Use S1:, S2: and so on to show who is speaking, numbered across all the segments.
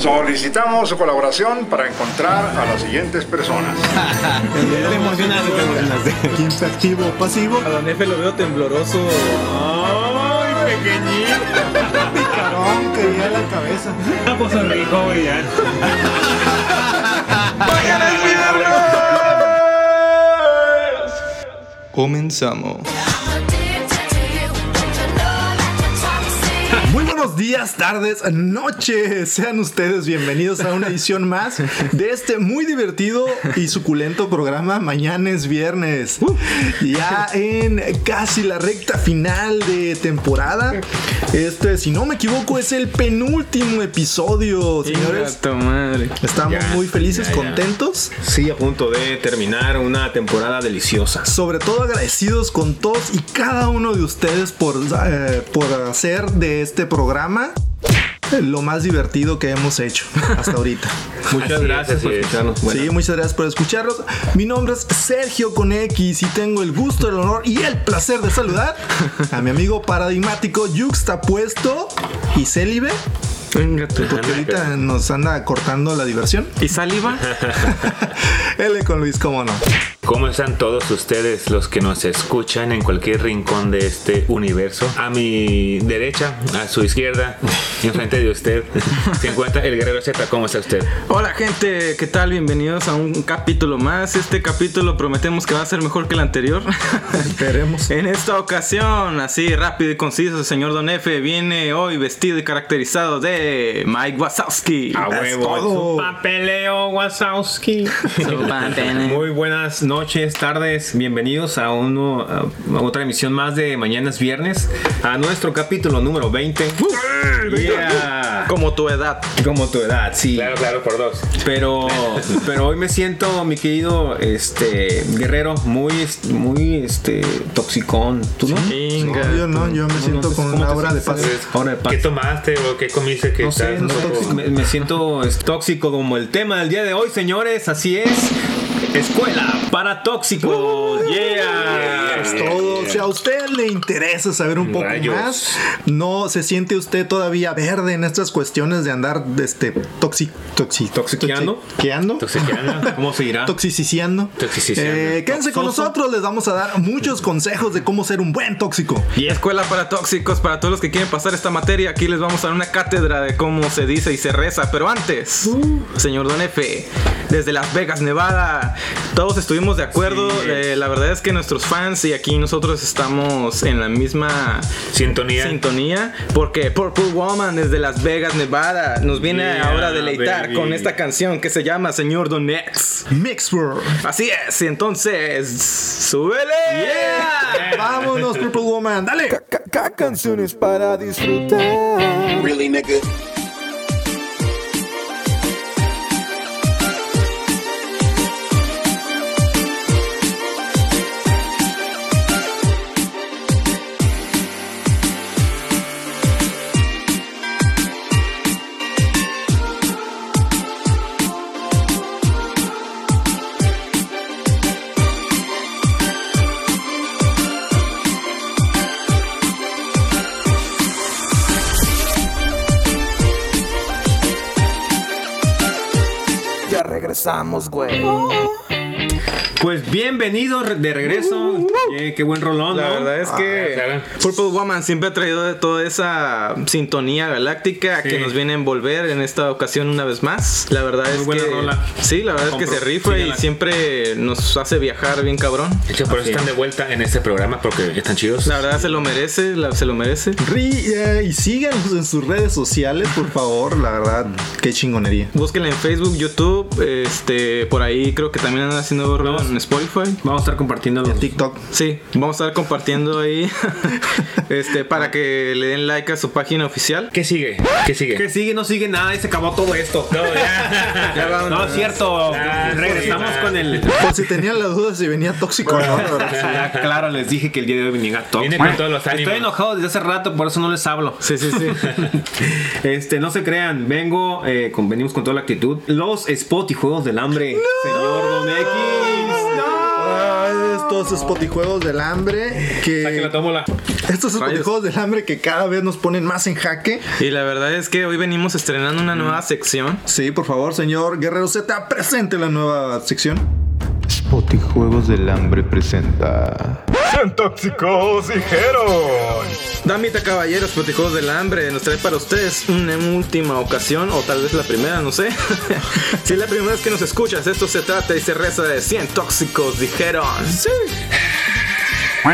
S1: Solicitamos su colaboración para encontrar a las siguientes personas.
S2: Te emocionaste, te emocionaste.
S3: ¿Quién fue activo o pasivo?
S2: A Don Efe lo veo tembloroso.
S4: ¡Ay, pequeñito!
S3: Picarón, quería la cabeza.
S4: Vamos a mi joven ya.
S1: ¡Vayan al viernes!
S5: Comenzamos.
S3: Muy buenos días, tardes, noches. Sean ustedes bienvenidos a una edición más de este muy divertido y suculento programa Mañana es Viernes. Ya en casi la recta final de temporada. Este, si no me equivoco, es el penúltimo episodio, señores.
S2: Inga tu madre.
S3: Estamos
S4: Ya,
S3: muy felices,
S4: ya, ya.
S3: contentos.
S4: Sí, a punto de terminar una temporada deliciosa.
S3: Sobre todo agradecidos con todos y cada uno de ustedes por, eh, por hacer de este programa eh, lo más divertido que hemos hecho hasta ahorita.
S4: Muchas
S6: Así es,
S4: gracias
S6: así
S4: por
S6: es.
S4: escucharnos. Bueno,
S3: Sí, muchas gracias por escucharlos. Mi nombre es Sergio con X y tengo el gusto, el honor y el placer de saludar a mi amigo paradigmático yuxtapuesto y célibe,
S2: Venga tu
S3: porque ahorita nos anda cortando la diversión.
S2: ¿Y saliva?
S3: L con Luis, cómo no.
S6: ¿Cómo están todos ustedes los que nos escuchan en cualquier rincón de este universo? A mi derecha, a su izquierda, enfrente de usted, se encuentra el Guerrero Z. ¿Cómo está usted?
S2: Hola gente, ¿qué tal? Bienvenidos a un capítulo más. Este capítulo prometemos que va a ser mejor que el anterior.
S3: Esperemos.
S2: En esta ocasión, así rápido y conciso, el señor Don Efe viene hoy vestido y caracterizado de Mike Wazowski.
S4: a huevo.
S3: es todo.
S4: Su Papeleo Wazowski.
S2: Su papeleo.
S4: Muy buenas noches, tardes. Bienvenidos a, uno, a otra emisión más de Mañanas Viernes. A nuestro capítulo número 20. Yeah.
S2: Como tu edad.
S4: Como tu edad, sí.
S6: Claro, claro, por dos.
S4: Pero, pero hoy me siento, mi querido este, guerrero, muy, est- muy este, toxicón. ¿Tú no?
S2: Inga.
S3: No, yo no, yo me siento con una hora de paz.
S4: Ahora de paz.
S6: ¿Qué tomaste o qué comiste? Que
S4: No sé,
S6: estás
S4: no
S6: un
S4: sé,
S6: poco-
S4: me, me siento es, tóxico como el tema del día de hoy, señores. Así es. Escuela para tóxicos.
S3: Uh-huh.
S4: yeah.
S3: Es todo. Si a usted le interesa saber un poco
S6: Rayos.
S3: más, no se siente usted todavía verde en estas cuestiones de andar este toxi, toxi,
S4: Toxiqueando.
S3: toxiqueando,
S6: Toxiqueando.
S4: ¿Cómo se irá?
S3: toxiciciando.
S6: Toxiciciando.
S3: Eh, quédense con
S4: Toxoso.
S3: nosotros, les vamos a dar muchos consejos de cómo ser un buen tóxico.
S2: Y escuela para tóxicos, para todos los que quieren pasar esta materia, aquí les vamos a dar una cátedra de cómo se dice y se reza. Pero antes, señor Don Efe, desde Las Vegas, Nevada, todos estuvimos de acuerdo. Eh, la verdad es que nuestros fans y aquí nosotros estamos en la misma
S6: Sintonía.
S2: sintonía, porque Purple Woman desde Las Vegas, Nevada, nos viene
S6: Yeah,
S2: ahora a deleitar
S6: baby.
S2: con esta canción que se llama Señor Don X.
S3: Mix World.
S2: Así es, y entonces, súbele.
S3: Vámonos, Purple Woman, dale.
S7: canciones para disfrutar. Ya regresamos, güey.
S4: Pues bienvenido re- de regreso.
S3: Uh-huh.
S4: Eh, qué buen rolón.
S2: La
S4: ¿no?
S2: verdad
S3: Ah,
S2: es que
S6: claro.
S2: Purple Woman siempre ha traído de toda esa sintonía galáctica que
S4: Sí.
S2: nos viene a envolver en esta ocasión una vez más. La verdad
S4: Muy
S2: es
S4: buena
S2: que
S4: rola.
S2: sí, la verdad es que
S4: Compro.
S2: se rifa y
S4: Síguela.
S2: siempre nos hace viajar bien cabrón.
S6: De hecho, por eso
S4: Así
S6: están de vuelta en este programa porque están chidos.
S2: La verdad se lo merece, la- se lo merece.
S3: Ri- eh, y síganos en sus redes sociales, por favor. La verdad, qué chingonería.
S2: Búsquenla en Facebook, YouTube, este, por ahí creo que también andan haciendo ruido
S4: Vamos.
S2: en Spotify.
S4: Vamos a estar compartiendo los,
S3: TikTok.
S2: Sí, vamos a estar compartiendo ahí este para que le den like a su página oficial.
S6: ¿Qué sigue? ¿Qué sigue?
S4: Que sigue, no sigue nada y se acabó todo esto. No,
S6: ya. Ya vámonos.
S4: es cierto.
S6: Ya,
S4: Regresamos
S6: sí, ya.
S4: con el.
S3: Por si tenían la duda si venía tóxico o no, la verdad.
S4: Ya, claro, les dije que el día de hoy venía todo.
S6: Viene con todos los
S4: Estoy
S6: ánimos.
S4: enojado desde hace rato, por eso no les hablo.
S2: Sí, sí, sí.
S4: Este, no se crean, vengo, eh, con- venimos con toda la actitud. Los spot y juegos del hambre, señor Don X.
S3: Ay, Ah, estos spotijuegos del hambre
S4: que la
S3: que...
S4: tomo la.
S3: Estos spotijuegos del hambre que cada vez nos ponen más en jaque.
S2: Y la verdad es que hoy venimos estrenando una nueva sección.
S3: Sí, por favor, señor Guerrero Z, presente la nueva sección.
S5: Spotijuegos del Hambre presenta.
S2: Damita caballeros, protegidos del hambre, nos trae para ustedes una última ocasión, o tal vez la primera, no sé. si es la primera vez que nos escuchas, esto se trata y se reza de 100 tóxicos, dijeron.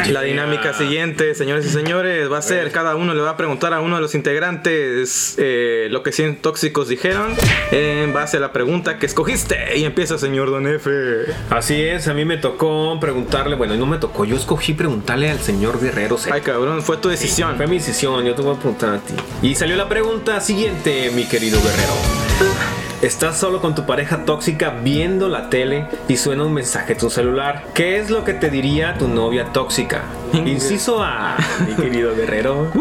S2: La dinámica siguiente, señores y señores, va a ser cada uno le va a preguntar a uno de los integrantes eh, lo que 100 tóxicos dijeron en base a la pregunta que escogiste. Y empieza, señor Don F.
S4: Así es, a mí me tocó preguntarle, bueno, no me tocó, yo escogí preguntarle al señor Guerrero. o sea,
S2: Ay, cabrón, fue tu decisión.
S4: Fue mi decisión, yo te voy a preguntar a ti. Y salió la pregunta siguiente, mi querido guerrero. Estás solo con tu pareja tóxica viendo la tele y suena un mensaje de tu celular. ¿Qué es lo que te diría tu novia tóxica? Inciso A, mi querido guerrero.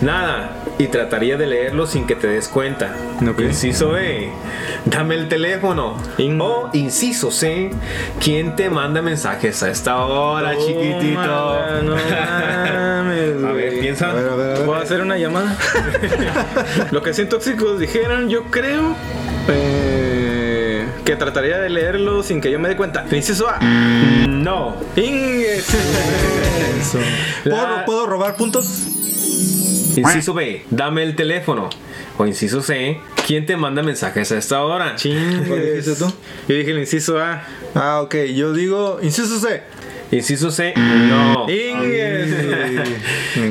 S4: Nada, y trataría de leerlo sin que te des cuenta.
S2: Ok.
S4: Inciso B, dame el teléfono.
S2: In-
S4: O inciso C, ¿quién te manda mensajes a esta hora,
S2: Oh,
S4: chiquitito?
S2: mala, no mames,
S4: a ver,
S2: güey.
S4: piensa.
S2: Voy a hacer una llamada. Lo que 100 tóxicos dijeron, yo creo. eh, que trataría de leerlo sin que yo me dé cuenta. Inciso A.
S4: No.
S2: Ingues.
S3: ¿Puedo, puedo robar puntos?
S4: Inciso B, dame el teléfono. O inciso C, ¿quién te manda mensajes a esta hora?
S3: ¿Cuál dijiste tú?
S2: Yo dije el inciso A.
S3: Ah, ok, yo digo, inciso C.
S4: Inciso C, no.
S2: Ingues.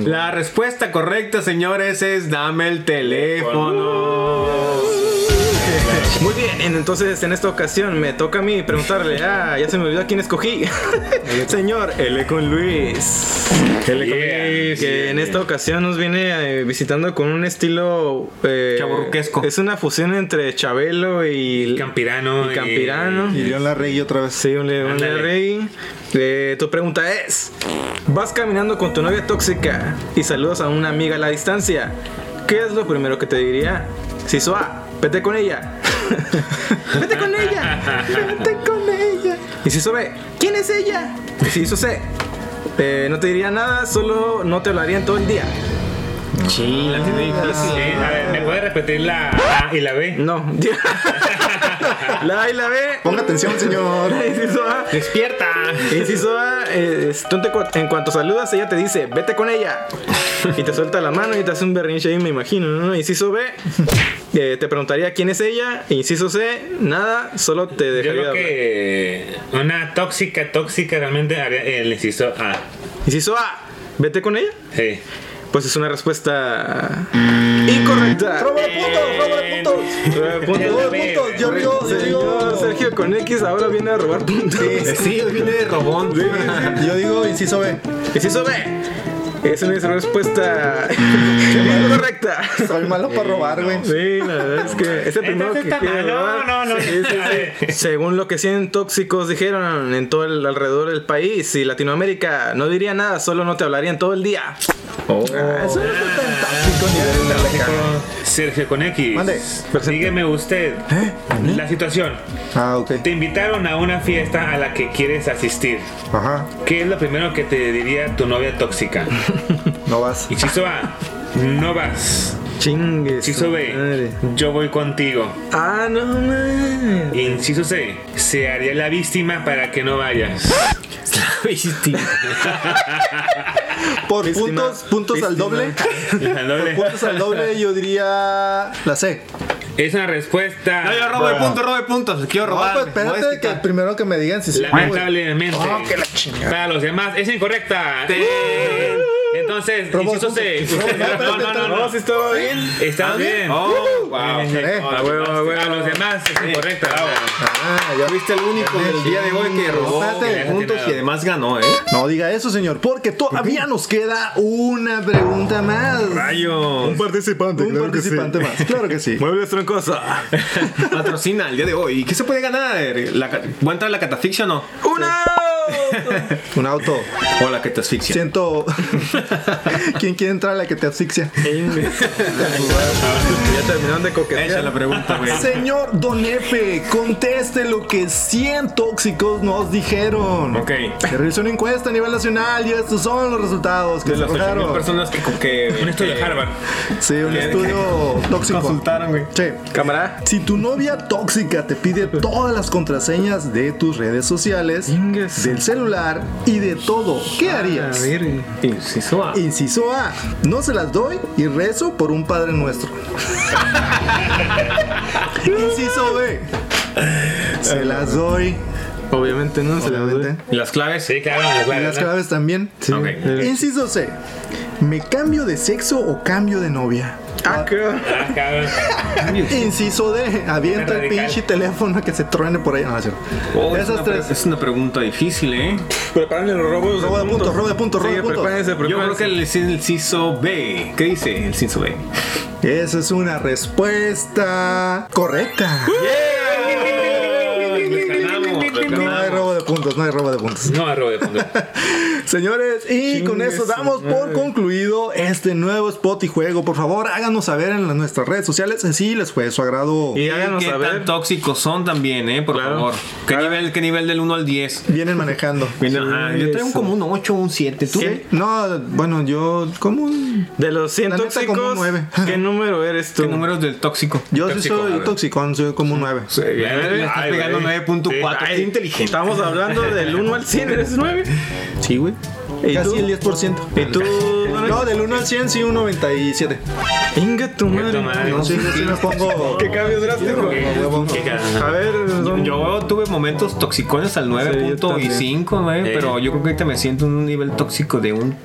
S4: La respuesta correcta, señores, es dame el teléfono.
S2: Muy bien, en- entonces en esta ocasión me toca a mí preguntarle. Ah, ya se me olvidó a quién escogí. Señor L con Luis.
S4: L con
S2: que
S4: Luis.
S2: en esta ocasión nos viene eh, visitando con un estilo. eh,
S4: Chaburruquesco.
S2: Es una fusión entre Chabelo y.
S6: Campirano.
S2: Y Campirano.
S3: Y León Larregui otra vez.
S2: Sí, un león
S6: Ándale.
S2: rey. Eh, tu pregunta es: Vas caminando con tu novia tóxica y saludas a una amiga a la distancia. ¿Qué es lo primero que te diría? Si A, vete con ella. vete con ella. Vete con ella. Y si B, ¿quién es ella? Y si C, eh, no te diría nada, solo no te hablaría en todo el día.
S6: Ah.
S4: Sí, la tiene difícil.
S6: Eh, a ver, ¿me puede repetir la A y la B?
S2: No. la A y la B.
S3: Ponga atención, señor.
S2: Inciso A.
S4: ¡Despierta!
S2: Inciso A, eh, es- tú te cu- en cuanto saludas, ella te dice, vete con ella. Y te suelta la mano y te hace un berrinche ahí, me imagino, ¿no? Inciso B, eh, te preguntaría quién es ella. Inciso C, nada, solo te
S6: Yo
S2: dejaría
S6: creo
S2: hablar.
S6: que una tóxica, tóxica realmente haría el inciso A.
S2: Inciso A, vete con ella.
S6: Sí.
S2: Pues es una respuesta incorrecta.
S4: Mm.
S3: ¡Robar puntos! ¡Robar puntos!
S2: Robar puntos.
S3: ¡Robar puntos! Yo digo, yo
S2: Señor
S3: digo.
S2: Sergio con X ahora viene a robar puntos.
S4: Sí, viene de robón.
S3: Yo digo inciso B.
S2: Inciso B, es una respuesta incorrecta.
S3: Soy malo para robar, güey.
S2: Sí, la verdad es que es el primero
S6: Entonces
S2: que
S6: está
S2: quiere
S6: mal. No,
S2: robar.
S6: no, no.
S2: Sí, sí, sí.
S6: A ver.
S2: Según lo que 100 tóxicos dijeron en todo el alrededor del país y Latinoamérica, no diría nada, solo no te hablaría en todo el día.
S3: Eso no fue tan táctico nivel de la cara.
S6: Sergio con X.
S3: Mande. ¿Eh?
S6: Dígame usted la situación.
S3: Ah, ok.
S6: Te invitaron a una fiesta a la que quieres asistir.
S3: Ajá.
S6: ¿Qué es lo primero que te diría tu novia tóxica?
S3: No vas.
S6: Inciso A, no vas.
S2: Chingues.
S6: Inciso
S2: madre.
S6: B, yo voy contigo.
S2: Ah, no mames.
S6: Inciso C, se haría la víctima para que no vayas.
S3: Por
S2: Víctima.
S3: puntos, puntos al
S2: Víctima.
S3: doble.
S6: Al doble.
S3: Puntos al doble, yo diría la C.
S6: Es una respuesta.
S4: No, yo robo el punto, robo el punto. Quiero
S3: No,
S4: robar.
S3: pues
S4: Voy a
S3: espérate que
S4: quitar.
S3: primero que me digan si sí.
S6: Lamentablemente. para los demás es incorrecta. Entonces,
S3: Robó
S6: inciso C.
S3: puntos.
S6: usted-
S3: No,
S6: No, no, no, no.
S2: si estaba bien.
S6: Está bien.
S2: Uh,
S4: Oh, wow.
S3: Eh,
S6: A
S2: huevo, a huevo.
S6: los demás es incorrecta.
S3: Ah, ya
S4: Fuiste el único del día de hoy que robó
S3: Espérate.
S4: que puntos y además ganó, ¿eh?
S3: No diga eso, señor, porque todavía nos queda una pregunta más.
S4: Rayo.
S3: participante, un participante más. Claro que sí.
S2: Muebles troncosa.
S4: Patrocina el día de hoy. ¿Qué se puede ganar? La, ca- ¿Va a entrar la catafixion o no?
S2: ¡Una!
S3: Un auto.
S4: O la que te asfixia.
S3: Siento. ¿Quién quiere entrar a la que te asfixia?
S2: ya terminaron de
S4: Esa
S2: coquetear.
S4: es la pregunta, güey.
S3: Señor Don Efe, conteste lo que 100 tóxicos nos dijeron.
S4: Ok.
S3: Se realizó una encuesta a nivel nacional y estos son los resultados que
S4: De
S3: se
S4: las 8000
S3: arrojaron.
S4: personas que. que
S6: Un estudio de
S4: que-
S6: Harvard.
S3: Sí, un estudio tóxico.
S4: Consultaron, güey.
S3: Sí.
S2: Cámara.
S3: Si tu novia tóxica te pide todas las contraseñas de tus redes sociales,
S2: Ingues.
S3: del celular y de todo, ¿qué
S4: Ah,
S6: Eh,
S3: harías?
S4: Inciso A.
S3: Inciso A, no se las doy y rezo por un Padre Nuestro. Inciso B, se las doy.
S2: Obviamente no se la doy.
S3: Obviamente.
S6: ¿Las claves? Sí, claro, las
S3: Y
S6: claves.
S3: las
S6: ¿no?
S3: claves también.
S6: Ok.
S3: Inciso C, ¿me cambio de sexo o cambio de novia?
S2: Ah, qué-
S6: Las claves.
S3: Inciso D, avienta el
S6: Radical.
S3: pinche teléfono que se truene por ahí. No, no es cierto.
S4: Oh, es,
S3: Esas
S4: una pre-
S3: tres.
S4: es una pregunta difícil, ¿eh?
S2: Prepárenle los robos
S3: Robo de puntos,
S2: puntos.
S3: robo de puntos, robo
S2: Sí,
S3: de puntos.
S2: prepárense,
S4: Yo
S2: prepárense.
S4: creo que el inciso B. ¿Qué dice el inciso B?
S3: Esa es una respuesta correcta.
S6: Les ganamos, les
S3: No hay
S6: ganamos.
S3: robo de puntos, no hay robo de puntos.
S6: No hay robo de puntos.
S3: Señores, y con
S2: Chingue
S3: eso
S2: su
S3: damos por
S2: madre.
S3: concluido este nuevo spot y juego. Por favor, háganos saber en las- nuestras redes sociales si les fue de su agrado.
S2: Y háganos
S4: ¿Qué
S2: saber.
S4: tan tóxicos son también, eh? Por
S2: Claro.
S4: favor. ¿Qué nivel, ¿Qué nivel del 1 al 10?
S3: Vienen manejando.
S4: Ajá, yo traigo
S2: eso.
S4: como un 8 un 7. ¿Tú? eh?
S3: Sí. No, bueno, yo como un-
S2: De los 100
S3: La neta, como
S2: tóxicos,
S3: un nueve.
S2: ¿qué número eres tú?
S4: ¿Qué números del tóxico?
S3: yo sí
S6: Tóxico, a
S3: soy
S6: ver.
S3: toxicón, soy como un 9.
S6: Sí, bien.
S4: Le estás
S6: Ay,
S4: pegando
S6: güey.
S4: 9.4.
S6: Sí.
S4: Qué inteligente.
S2: Estamos hablando del 1 al 100, eres 9.
S4: Sí, güey.
S2: ¿Y tú?
S3: Casi el 10%.
S2: ¿Y tú?
S3: No, del 1 al 100 sí un 97.
S2: Inga tu
S6: Puta
S2: madre.
S6: madre.
S3: No, sí, yo sí me pongo...
S2: Qué cambio drástico.
S6: Qué cagada.
S2: A ver,
S4: Yo,
S2: don-
S4: yo tuve momentos toxicones al
S2: Sí, yo también.
S4: 9.5, güey,
S6: Eh.
S4: pero yo creo que ahorita me siento en un nivel tóxico de un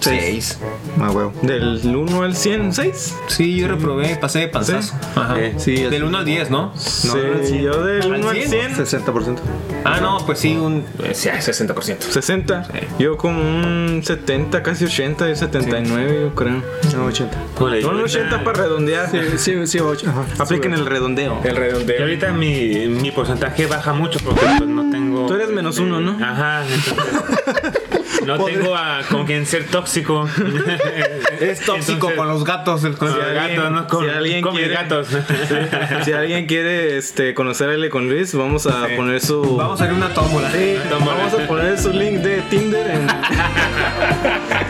S4: 6.
S3: Ah, huevo.
S2: del 1 al 100, 6.
S4: Sí, yo reprobé, pasé de panzazo. Ajá.
S2: Sí, así.
S4: Del 1 al 10, ¿no?
S2: No, sí, yo del
S4: ¿Al
S2: 1 al
S4: 100?
S2: 100,
S3: 60%.
S4: Ah, no, pues sí, un eh, sí, 60%.
S2: 60. Yo como un 70, casi 80, yo 79, yo creo.
S3: No, 80.
S6: Como le digo,
S2: Son un
S6: ahorita-
S2: 80 para redondear.
S3: Sí, sí, 8. Ajá.
S2: Apliquen el redondeo.
S4: El
S6: Y
S4: redondeo.
S6: ahorita mi, mi porcentaje baja mucho porque pues, no tengo.
S2: Tú eres menos
S6: eh,
S2: uno, ¿no?
S6: Ajá. entonces, no tengo a, con quien ser tóxico.
S4: Es tóxico con los gatos del
S6: Con los gatos, ¿no? Con,
S2: si alguien
S6: con mis
S2: quiere-
S6: gatos.
S2: Si alguien quiere este, conocer a L con Luis, vamos a poner su.
S4: Uh. Vamos a hacer una tómbola.
S2: Sí, vamos a poner su link de Tinder en.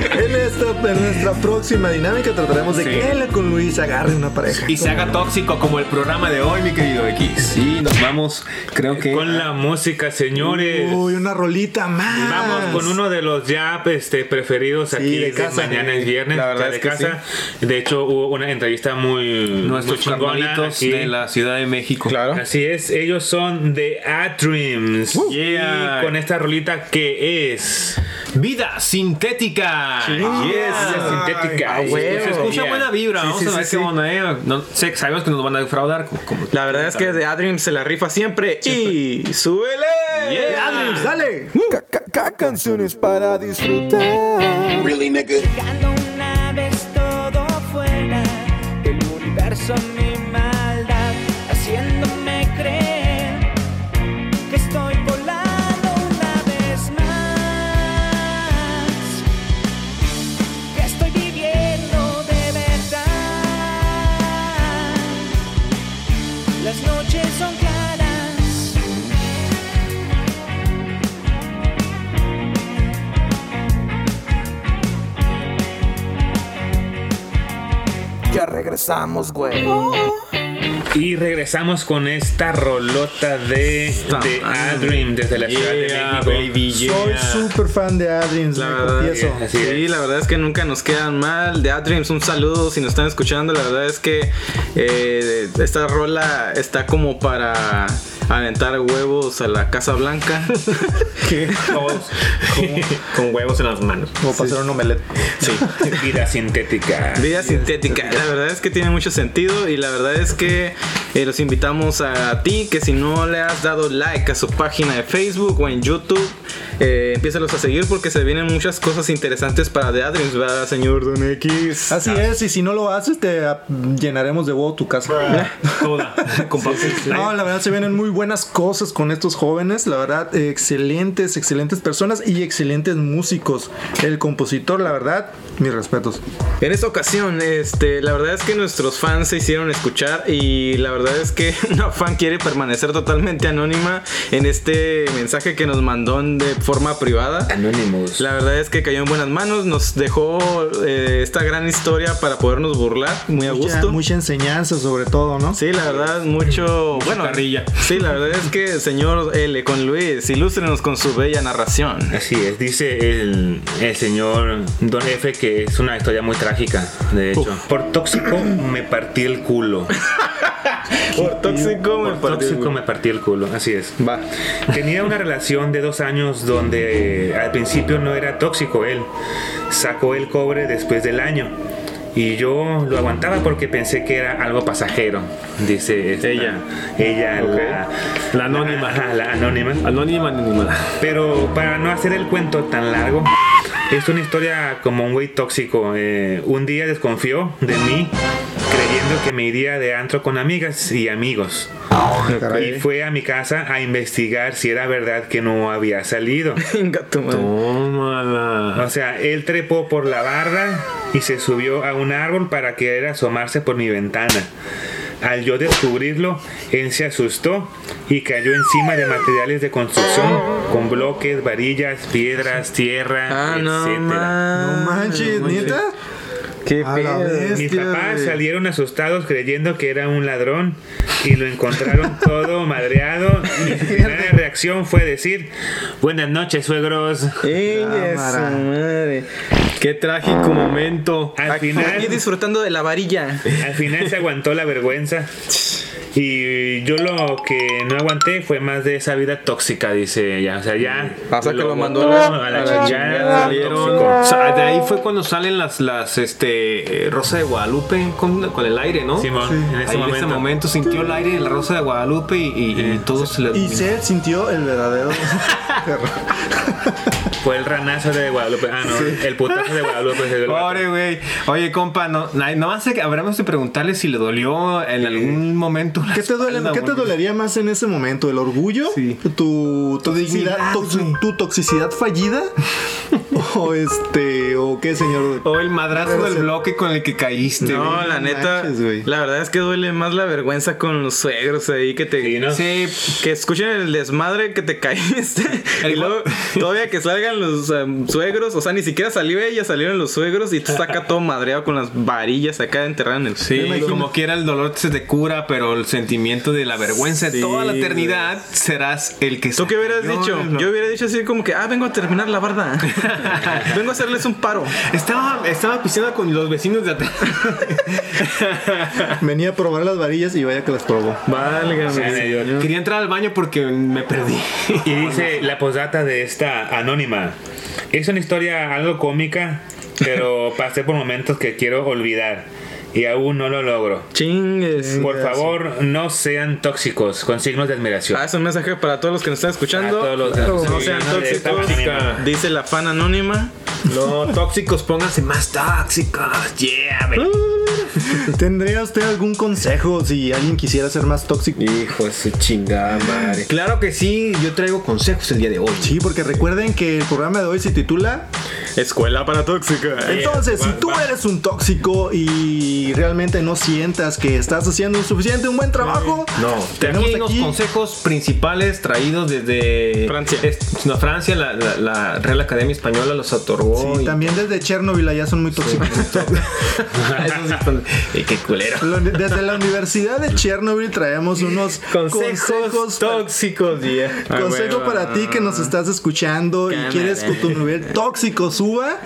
S3: En, esta, en nuestra próxima dinámica trataremos de
S4: Sí.
S3: que él con Luis agarre una pareja.
S4: Y se haga tóxico como el programa de hoy, mi querido X. Y nos vamos, creo que.
S6: Con la música, señores.
S3: Uy, una rolita más.
S6: Vamos con uno de los ya este, preferidos aquí
S3: de
S6: de,
S3: casa.
S6: mañana es viernes.
S2: La verdad
S6: de
S2: es que
S6: casa. De hecho, hubo una entrevista muy, muy
S4: nuestros
S6: chingona.
S4: carnalitos
S6: aquí.
S4: de la Ciudad de México.
S6: Así es, ellos son The Atreams.
S4: Yeah.
S6: Y con esta rolita que es.
S4: Vida sintética.
S6: Esa sintética.
S2: a huevo.
S4: Ah, Se escucha
S6: Yeah.
S4: buena vibra.
S2: Sí,
S4: Vamos
S2: sí,
S4: a ver
S2: sí,
S4: qué
S2: sí.
S4: onda, eh. No, sé- sabemos que nos van a defraudar. como- como-
S2: La verdad es que de Adrim se la rifa siempre. Y súbele.
S4: Yeah.
S3: Adrius, dale.
S7: Ca- ca- ca- Canciones para disfrutar.
S8: Dejando una vez todo fuera del universo mi maldad, haciéndome creer que estoy volando una vez más, que estoy viviendo de verdad. Las noches son claras.
S7: Ya regresamos, güey.
S6: Y regresamos con esta rolota de The Adream desde la Ciudad
S4: Yeah,
S6: de México.
S4: baby, yeah.
S3: Soy súper fan de Adrius,
S2: La
S3: me
S2: verdad,
S3: confieso.
S6: yeah. Así
S2: sí,
S6: es.
S2: la verdad es que nunca nos quedan mal. De Adreams, un saludo si nos están escuchando. La verdad es que eh, esta rola está como para aventar huevos a la Casa Blanca.
S4: Todos con- con huevos en las manos.
S3: Como para hacer un omelette.
S6: Vida sintética.
S2: Vida sintética. La verdad es que tiene mucho sentido y la verdad es que eh, los invitamos a ti que si no le has dado like a su página de Facebook o en YouTube, eh, empiezalos a seguir porque se vienen muchas cosas interesantes para The Adrians, ¿verdad, señor Don X?
S3: Así es, y si no lo haces, te ah, llenaremos de huevo tu casa.
S4: Toda. Con papel.
S3: No, la verdad se vienen muy buenas cosas con estos jóvenes, la verdad, eh, excelentes, excelentes personas y excelentes músicos. El compositor, la verdad, mis respetos.
S2: En esta ocasión, este, la verdad es que nuestros fans se hicieron escuchar y la verdad es que una fan quiere permanecer totalmente anónima en este mensaje que nos mandó en- de forma privada.
S6: Anonymous.
S2: La verdad es que cayó en buenas manos, nos dejó eh, esta gran historia para podernos burlar, muy a
S3: Mucha-
S2: gusto.
S3: Mucha enseñanza sobre todo, ¿no?
S2: Sí, la verdad, mucho. Bueno,
S6: carrilla.
S2: sí, la verdad es que, señor L. con Luis, ilústrenos con su bella narración.
S6: Así es, dice el, el señor Don F que es una historia muy trágica, de hecho. Por tóxico me partí el culo.
S2: Por tóxico, me
S6: Por
S2: pareció.
S6: tóxico me partí el culo, así es. Va. Tenía una relación de dos años donde eh, al principio no era tóxico él. Sacó el cobre después del año. Y yo lo aguantaba porque pensé que era algo pasajero, dice esta-
S4: Ella.
S6: Ella,
S4: Ok.
S6: la,
S4: La anónima.
S6: Ajá, la anónima.
S4: Anónima, anónima.
S6: Pero para no hacer el cuento tan largo, es una historia como un güey tóxico. Eh, un día desconfió de mí creyendo que me iría de antro con amigas y amigos.
S3: Caray.
S6: Y fue a mi casa a investigar si era verdad que no había salido.
S2: Venga, tu madre.
S4: Tómala.
S6: O sea, él trepó por la barda y se subió a un árbol para querer asomarse por mi ventana. Al yo descubrirlo, él se asustó y cayó encima de materiales de construcción con bloques, varillas, piedras, tierra,
S2: Ah, no,
S6: etcétera.
S3: No
S2: man-
S3: manches, neta. Eh,
S2: Qué
S3: Ah, A la
S2: pedo.
S3: vez.
S6: Mis
S3: Hostia,
S6: papás
S3: güey.
S6: salieron asustados creyendo que era un ladrón y lo encontraron todo madreado. Y su primera reacción fue decir: Buenas noches, suegros.
S2: Ella es su
S3: Cámara.
S2: madre.
S4: Qué trágico momento.
S6: Al final,
S2: Aquí disfrutando de la varilla.
S6: Al final se aguantó la vergüenza. Y yo lo que no aguanté fue más de esa vida tóxica, dice ella. O sea, ya.
S2: Pasa que lo mandó
S6: botó
S2: a la-
S6: a la
S2: a la
S6: chingada.
S4: Salieron-
S6: Ah,
S4: Ah.
S6: tóxico.
S4: o sea, de ahí fue cuando salen las, las este, eh, Rosa de Guadalupe con, con el aire, ¿no?
S6: Simón, en ese
S4: Ahí en
S6: momento.
S4: ese momento sintió el aire de la Rosa de Guadalupe y, y- y todo se le...
S3: Y se sintió el verdadero terror.
S6: Fue el ranazo de Guadalupe. Ah, no. El putazo de Guadalupe. es el vato.
S4: Pobre, güey. Oye, compa, no, na- nomás hay que- habremos de preguntarle si le dolió en algún momento. la
S3: ¿Qué te, duele,
S4: espalda,
S3: ¿Qué te
S4: güey.
S3: dolería más en ese momento? ¿El orgullo?
S4: Sí.
S3: ¿Tu, tu dignidad? toxi-
S4: güey.
S3: ¿Tu toxicidad fallida? ¿O este? ¿O qué, señor?
S4: O el madrazo del
S3: Gracias.
S4: bloque con el que caíste.
S2: No,
S4: güey.
S2: la neta,
S3: manches, güey.
S2: la verdad es que duele más la vergüenza con los suegros ahí que te...
S6: Sí, ¿no?
S4: Sí,
S2: Que escuchen el desmadre que te caíste.
S4: El
S2: y luego, todavía que salgan los em, suegros. O sea, ni siquiera salió ella, salieron los suegros. Y tú saca todo madreado con las varillas acá enterrado en el
S4: sí, como quiera el dolor se te cura, pero el sentimiento de la vergüenza de
S2: Sí,
S4: toda la eternidad serás el que
S2: ¿Tú qué hubieras
S4: No,
S2: dicho?
S4: no.
S2: Yo hubiera dicho así como que, ah, vengo a terminar la barda. vengo a hacerles un paro.
S4: Estaba, estaba pisando con los vecinos de atrás.
S3: Venía a probar las varillas y vaya que las probó.
S2: Válgame.
S6: Sí,
S2: señor.
S6: yo-
S4: Quería entrar al baño porque me perdí.
S6: Y dice la posdata de esta anónima. Es una historia algo cómica, pero pasé por momentos que quiero olvidar. Y aún no lo logro.
S2: Chingues.
S6: Por favor, no sean tóxicos, con signos de admiración.
S2: Ah, es un mensaje para todos los que nos están escuchando.
S6: A todos los-
S2: no
S6: sí,
S2: sean
S6: no, de esta
S2: tóxicos.
S6: manera.
S2: Dice la fan anónima.
S4: No, tóxicos, pónganse más tóxicos. Yeah, baby.
S3: ¿Tendría usted algún consejo si alguien quisiera ser más tóxico?
S4: Hijo de su chingada madre. Claro que sí, yo traigo consejos el día de hoy.
S3: Sí, porque recuerden que el programa de hoy se titula
S2: Escuela para tóxica.
S4: Eh,
S3: Entonces, si tú eres un tóxico y realmente no sientas que estás haciendo un suficiente, un buen trabajo,
S4: No,
S3: tenemos
S4: tenemos los
S3: aquí-
S4: consejos principales traídos desde
S2: Francia.
S4: Es- no, Francia, la, la- la Real Academia Española los otorgó.
S3: sí,
S4: y-
S3: también desde Chernobyl allá son muy tóxicos.
S4: Eso sí están- y eh, qué culero.
S3: Lo- Desde la Universidad de Chernobyl traemos unos
S4: Consejos,
S3: consejos
S4: tóxicos, yeah.
S2: Ah,
S3: Consejo
S2: huevo.
S3: para ti que nos estás escuchando
S2: Cámara.
S3: y quieres que tu nivel tóxico suba,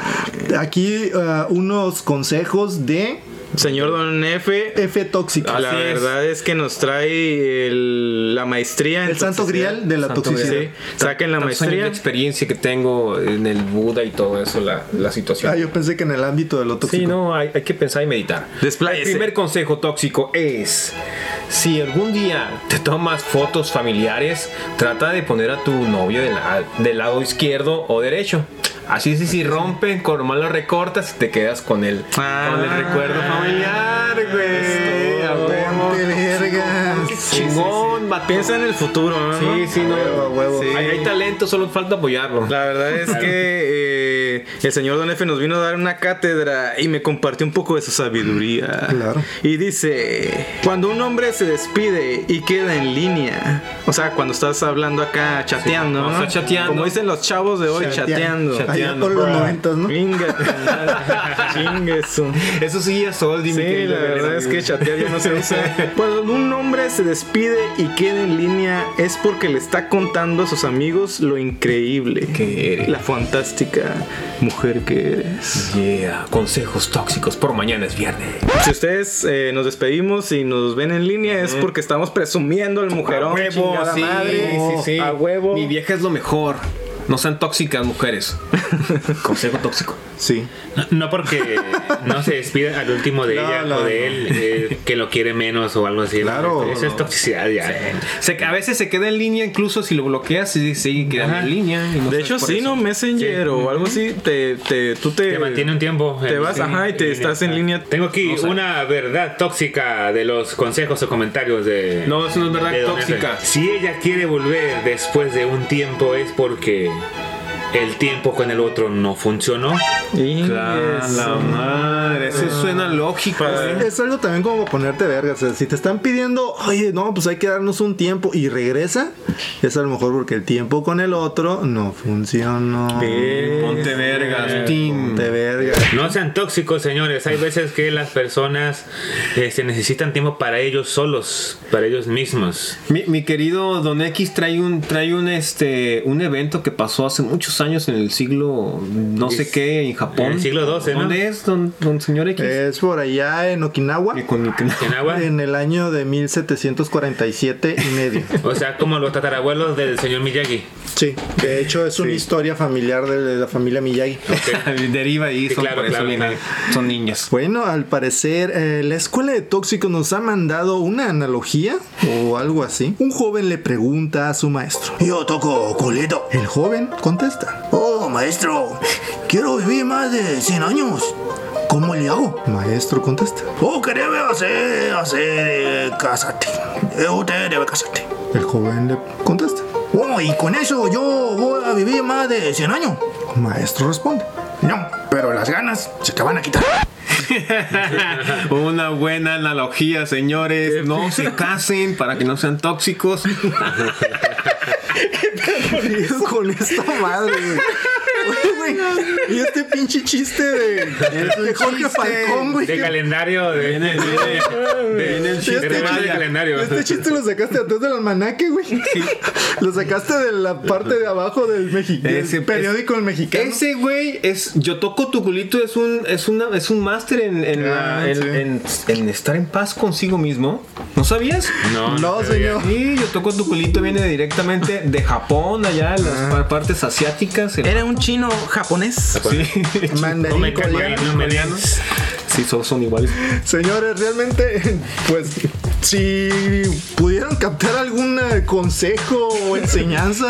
S3: aquí ah, unos consejos de
S2: Señor Don F.
S3: F tóxico.
S2: Ah, la
S4: Así es.
S2: verdad es. que nos trae el- la maestría. en
S3: El santo
S2: toxicidad.
S3: grial de la
S4: Santo grial.
S3: toxicidad.
S2: Sí, saquen la
S4: Tantos años de
S2: maestría.
S4: experiencia que tengo en el Buda y todo eso, la, la situación.
S3: Ah, yo pensé que en el ámbito de lo tóxico.
S4: Sí, no, hay, hay que pensar y meditar.
S2: Despláyese.
S4: El primer consejo tóxico es: si algún día te tomas fotos familiares, trata de poner a tu novio de la- del lado izquierdo o derecho. Así es, si rompen, con malo recortas y te quedas con él.
S2: Ah.
S4: con el recuerdo familiar, güey. A huevo.
S3: Ponte Eh, vergas.
S4: qué chingón, vato.
S2: Piensa en el futuro, ¿no?
S4: Sí, sí, no.
S2: Sí.
S4: Hay, hay talento, solo falta apoyarlo.
S2: La verdad es que eh, el señor Don F nos vino a dar una cátedra y me compartió un poco de su sabiduría.
S3: Claro.
S2: Y dice, cuando un hombre se despide y queda en línea, o sea, cuando estás hablando acá chateando,
S4: cuando
S2: ¿no?
S4: estás chateando.
S2: como dicen los chavos de hoy, chateando.
S3: Allá
S4: chateando,
S3: por los
S4: bruh.
S3: momentos, ¿no?
S2: Chinga, tu madre. Chinga eso.
S4: Eso sí, es sol, dime.
S2: Sí, la verdad es que chatear ya no se usa. Cuando un hombre se despide y queda en línea es porque le está contando a sus amigos lo increíble
S4: Que eres.
S2: la fantástica mujer que eres.
S4: Yeah, consejos tóxicos por mañana es viernes.
S2: Si ustedes eh, nos despedimos y nos ven en línea es porque estamos presumiendo al mujerón. chingada
S4: sí,
S2: madre.
S4: sí, Ah, sí.
S2: A huevo.
S4: Mi vieja es lo mejor. No sean tóxicas, mujeres. Consejo tóxico.
S3: Sí.
S6: No, no porque no se despida al último de
S3: No,
S6: ella
S3: no,
S6: o de
S3: no.
S6: él eh, que lo quiere menos o algo así. Este,
S3: Claro.
S6: Eso es toxicidad ya.
S4: Se- a veces se queda en línea, incluso si lo bloqueas, y sigue quedando en línea. y no
S2: De
S4: sabes
S2: hecho,
S4: por
S2: sí,
S4: eso.
S2: ¿no? Messenger o algo así, te, te, tú te...
S6: Te mantiene un tiempo.
S2: Te
S6: en-
S2: vas, ajá, y te estás en línea.
S6: Tengo aquí
S4: No sé.
S6: una verdad tóxica de los consejos o comentarios de.
S4: No, eso no es verdad
S6: de Don
S4: tóxica.
S6: F. Si ella quiere volver después de un tiempo es porque el tiempo con el otro no funcionó.
S2: Y
S4: Ah, la madre. Eso suena lógico.
S3: Es, es algo también como ponerte verga. O sea, si te están pidiendo, oye, no, pues hay que darnos un tiempo y regresa, es a lo mejor porque el tiempo con el otro no funcionó.
S4: Ponte vergas, team.
S3: Ponte verga.
S6: No sean tóxicos, señores. Hay veces que las personas se necesitan tiempo para ellos solos, para ellos mismos.
S4: Mi, mi querido Don X trae un trae un este un evento que pasó hace muchos años en el siglo no sé qué en Japón.
S6: en el siglo XII, ¿no? Eh,
S4: ¿Dónde es don, don señor X?
S3: Es por allá en Okinawa.
S4: Que con- que-
S6: En agua.
S3: En el año de 1747 y medio.
S6: O sea, como los tatarabuelos del señor Miyagi.
S3: Sí, de hecho es una historia familiar de la familia Miyagi.
S4: Deriva ahí,
S6: Sí,
S4: son,
S6: claro,
S4: por eso
S6: claro,
S4: viene- son niñas.
S3: Bueno, al parecer eh, la escuela de tóxicos nos ha mandado una analogía o algo así. Un joven le pregunta a su maestro.
S9: Yo toco culito.
S3: El joven contesta.
S9: Oh, maestro, quiero vivir más de 100 años. ¿Cómo le hago?
S3: Maestro contesta.
S9: Oh, quereme hacer, hacer, eh, casarte. Eh, usted debe casarte.
S3: El joven le contesta.
S9: Oh, y con eso yo voy a vivir más de 100 años.
S3: Maestro responde.
S9: No, pero las ganas se te van a quitar.
S4: Una buena analogía, señores. No se casen para que no sean tóxicos.
S3: con esta madre, güey. Güey, güey, Y este pinche chiste de, de Jorge
S4: chiste.
S3: Falcón, güey. Este
S6: De
S3: que-
S6: calendario. De,
S4: el
S3: Sí,
S6: de remate de calendario.
S3: este chiste lo sacaste atrás del almanaque, güey. Lo sacaste de la parte de abajo del, mexi- del
S4: Ese-
S3: periódico el mexicano.
S4: Ese güey es. Yo toco tu culito, es un, es una, es un máster en, en, la-
S3: Ah,
S4: en-
S3: sí.
S4: en- en estar en paz consigo mismo. ¿No sabías?
S6: No,
S3: no, señor.
S4: Sí, yo toco tu culito, viene directamente de Japón, allá en las
S3: Ah.
S4: par- partes asiáticas.
S3: Eh.
S4: el-
S2: Era un chino japonés.
S4: Sí,
S3: Mandarín
S6: me
S3: coreano.
S4: sí, son, son iguales.
S3: Señores, realmente, pues, si pudieron captar algún eh, consejo o enseñanza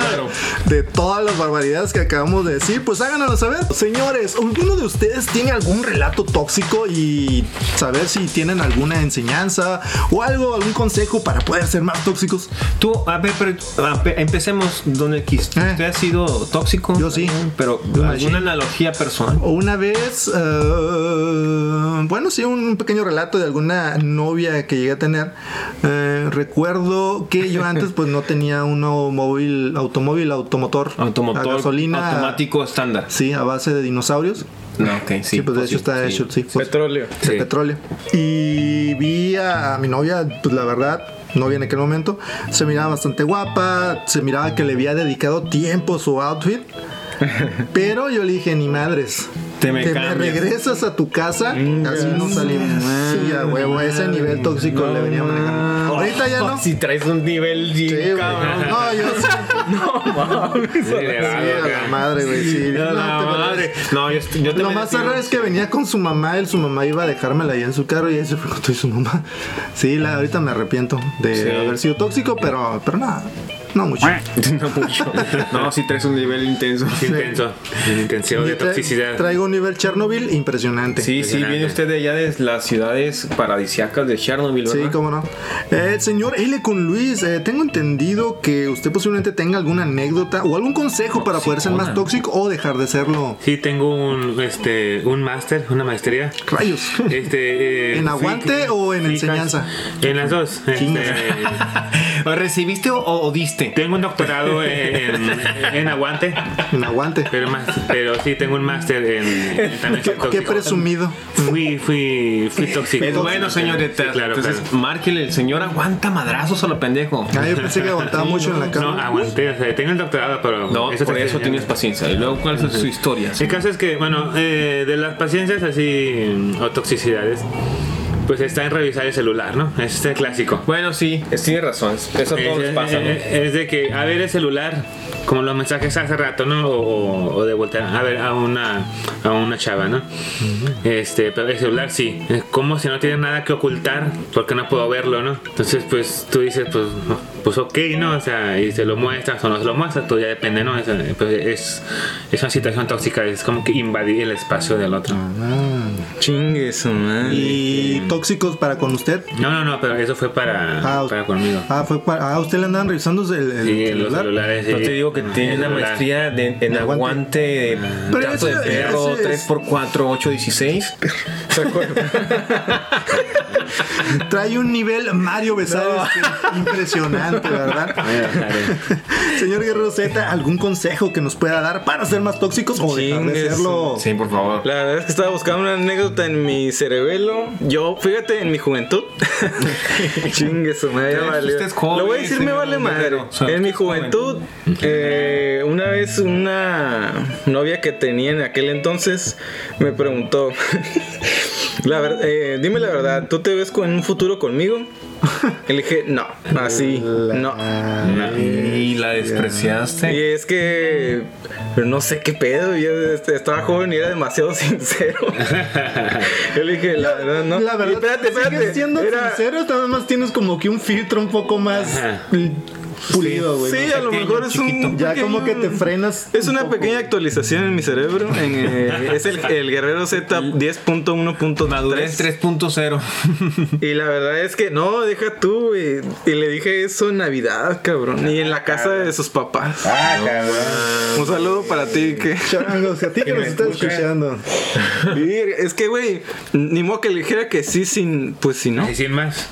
S3: de todas las barbaridades que acabamos de decir, pues háganos saber. Señores, ¿alguno de ustedes tiene algún relato tóxico y saber si tienen alguna enseñanza o algo, algún consejo para poder ser más tóxicos?
S4: Tú, a ver, pero, a ver, empecemos, Don X.
S3: Eh.
S4: ¿Usted ha sido tóxico?
S3: Yo sí.
S4: Pero,
S3: machín.
S4: ¿alguna analogía personal?
S3: O Una vez, eh, bueno, sí, un pequeño relato de alguna novia que llegué a tener. Eh, recuerdo que yo antes pues no tenía uno móvil, automóvil, automotor.
S4: Automotor,
S3: A gasolina.
S4: automático estándar.
S3: Sí, a base de dinosaurios.
S4: No, ok, sí.
S3: Sí, pues de hecho está
S4: sí.
S3: hecho, sí. pues,
S2: Petróleo.
S3: de petróleo. Y vi a, a mi novia, pues la verdad, novia en aquel momento, se miraba bastante guapa, se miraba que le había dedicado tiempo a su outfit. Pero yo le dije, ni madres.
S4: Te me cambias.
S3: regresas a tu casa, así no salimos. Sí, a huevo, a ese nivel tóxico le venía manejando. Ahorita ya no.
S4: Si traes un nivel bien
S3: Sí, güey.
S4: cabrón.
S3: No, yo sí. Sí, a la madre, güey. Sí,
S4: No,
S3: No,
S4: la
S3: te-
S4: madre. No, yo, yo
S3: lo
S4: también
S3: más
S4: he sido-
S3: raro es que venía con su mamá, él, su mamá iba a dejármela ahí en su carro y ahí se fue con todo y su mamá. Sí, la, ahorita me arrepiento de
S4: Sí.
S3: haber sido tóxico, pero, pero nada. No mucho.
S4: No mucho. No, sí traes un nivel intenso.
S6: Intenso. Una intensidad de
S3: Yo tra-
S6: toxicidad.
S3: Traigo un nivel Chernobyl impresionante.
S4: Sí, sí, viene usted de allá de las ciudades paradisiacas de Chernobyl,
S3: Sí,
S4: ¿verdad?
S3: cómo no. Eh, señor L. con Luis, eh, tengo entendido que usted posiblemente tenga alguna anécdota o algún consejo para poder ser más tóxico o dejar de serlo.
S6: Sí, tengo un, este, un máster, una maestría.
S3: Rayos.
S6: Este, eh,
S3: ¿En
S6: fui-
S3: aguante o en
S6: fui-
S3: enseñanza?
S6: En las dos. Este,
S4: ¿O ¿Recibiste o, o diste?
S6: tengo un doctorado en, en aguante,
S3: En aguante.
S6: pero, más, pero sí tengo un máster en, en también soy
S3: Qué, qué
S6: tóxico.
S3: presumido.
S6: Fui, fui, fui tóxico.
S4: Es bueno, señor
S6: Sí,
S4: Etas.
S6: claro,
S4: Entonces, márquele, el señor aguanta madrazos a lo pendejo.
S3: Ah, yo pensé que aguantaba mucho en la
S6: claro. No, ah,
S3: cama.
S6: aguanté. o sea, tengo el doctorado, pero.
S4: No,
S6: eso
S4: por
S6: te
S4: eso
S6: enseña.
S4: tienes paciencia. Y luego, ¿cuál es su historia?
S6: El caso es que, bueno, eh, de las paciencias así o toxicidades, pues está en revisar el celular, ¿no? Ese es el clásico.
S4: Bueno, sí, es- tiene razón. Eso a todos les
S6: es,
S4: pasa, ¿no?
S6: eh, es- es de que, a ver el celular, como los mensajes hace rato, ¿no? O, o- o de vuelta, a ver a una, a una chava, ¿no? Este, pero el celular sí. Es como si no tiene nada que ocultar, porque no puedo verlo, ¿no? Entonces, pues tú dices, pues, no, pues ok, ¿no? O sea, y se lo muestras o no se lo muestras, pues ya depende, ¿no? Es, pues, es, es una situación tóxica, es como que invadir el espacio del otro.
S2: Chingue su madre.
S3: ¿Y tóxicos para con usted?
S6: No, no, no, pero eso fue para,
S3: Ah,
S6: para conmigo.
S3: Ah, fue para. Ah, usted le andaban revisando el, el
S6: Sí, los
S3: celular.
S6: celulares. sí.
S4: Yo te digo que tiene
S6: El
S4: una
S6: celular.
S4: maestría de- en aguante de
S3: Pero
S4: trato de
S3: eso-
S4: perro
S3: eso es-
S4: 3x4, 8, 16.
S3: Trae un nivel Mario Besares que- impresionante, ¿verdad? Señor Guerrero Z, ¿algún consejo que nos pueda dar para ser más tóxicos o dejar de
S2: Chingues.
S3: serlo?
S4: Sí, por favor.
S2: La verdad es que estaba buscando una anécdota en mi cerebelo. Yo, fíjate, en mi juventud. Chingue su madre, ya
S4: Usted
S2: valió.
S4: es joven,
S2: Lo voy a decir, me
S4: señor
S2: vale madre.
S4: Guerrero. O sea,
S2: en
S4: usted
S2: mi
S4: es joven.
S2: juventud, eh, una vez una novia que tenía en aquel entonces me preguntó: la ver- eh, Dime la verdad, ¿tú te ves con- en un futuro conmigo? Y le dije: No, así, no.
S4: Y la
S2: Y
S4: despreciaste.
S2: es que pero no sé qué pedo, yo este, estaba joven y era demasiado sincero. yo le dije, la verdad, no.
S3: La
S2: Y
S3: verdad,
S2: espérate, espérate.
S3: sigues siendo
S2: era-
S3: sincero, nada más tienes como que un filtro un poco más
S6: Ajá.
S3: mm, pulido, güey.
S2: Sí, a lo
S4: pequeño,
S2: mejor es un.
S4: chiquito.
S3: ya
S2: pequeño-
S3: como que te frenas.
S2: Es
S3: un
S2: una
S3: poco.
S2: pequeña actualización en mi cerebro. en, eh, es el, el Guerrero Z 10.1.3.
S4: Madurez 3.0.
S2: Y la verdad es que no, deja tú, güey. Y le dije eso en Navidad, cabrón. Y en la casa de sus papás.
S1: Ah, cabrón.
S2: Un saludo para ti que.
S3: Changos, a ti que nos estás escuchando.
S2: Vir- Es que, güey, ni modo que le dijera que sí sin, pues si no,
S6: Y sin más,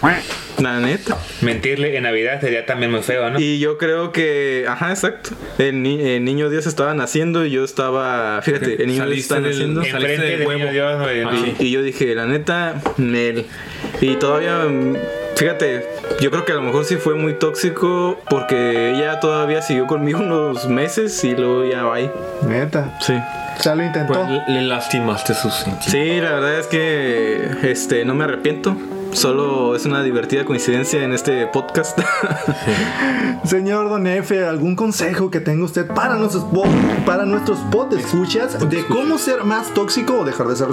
S2: la neta.
S6: mentirle en Navidad sería también muy feo, ¿no?
S2: Y yo creo que, ajá, exacto. El, ni- el niño Dios estaba naciendo y yo estaba, fíjate, el niño Dios
S4: Saliste
S2: estaba
S4: del-
S2: naciendo.
S4: saliste
S6: Enfrente
S4: del
S6: del
S4: huevo.
S6: niño Dios, güey,
S4: Ah, sí.
S2: Y, y yo dije, la neta, Nel. Y todavía, mm, fíjate, yo creo que a lo mejor sí fue muy tóxico porque ella todavía siguió conmigo unos meses y luego ya va.
S3: Neta,
S2: Sí.
S3: ya lo intentó.
S4: Pues le lastimaste sus sentimientos.
S2: Sí, la verdad es que este no me arrepiento. Solo es una divertida coincidencia en este podcast.
S3: Señor Don Efe, ¿algún consejo que tenga usted para nuestros po- para nuestros pot escuchas de cómo ser más tóxico o dejar de ser?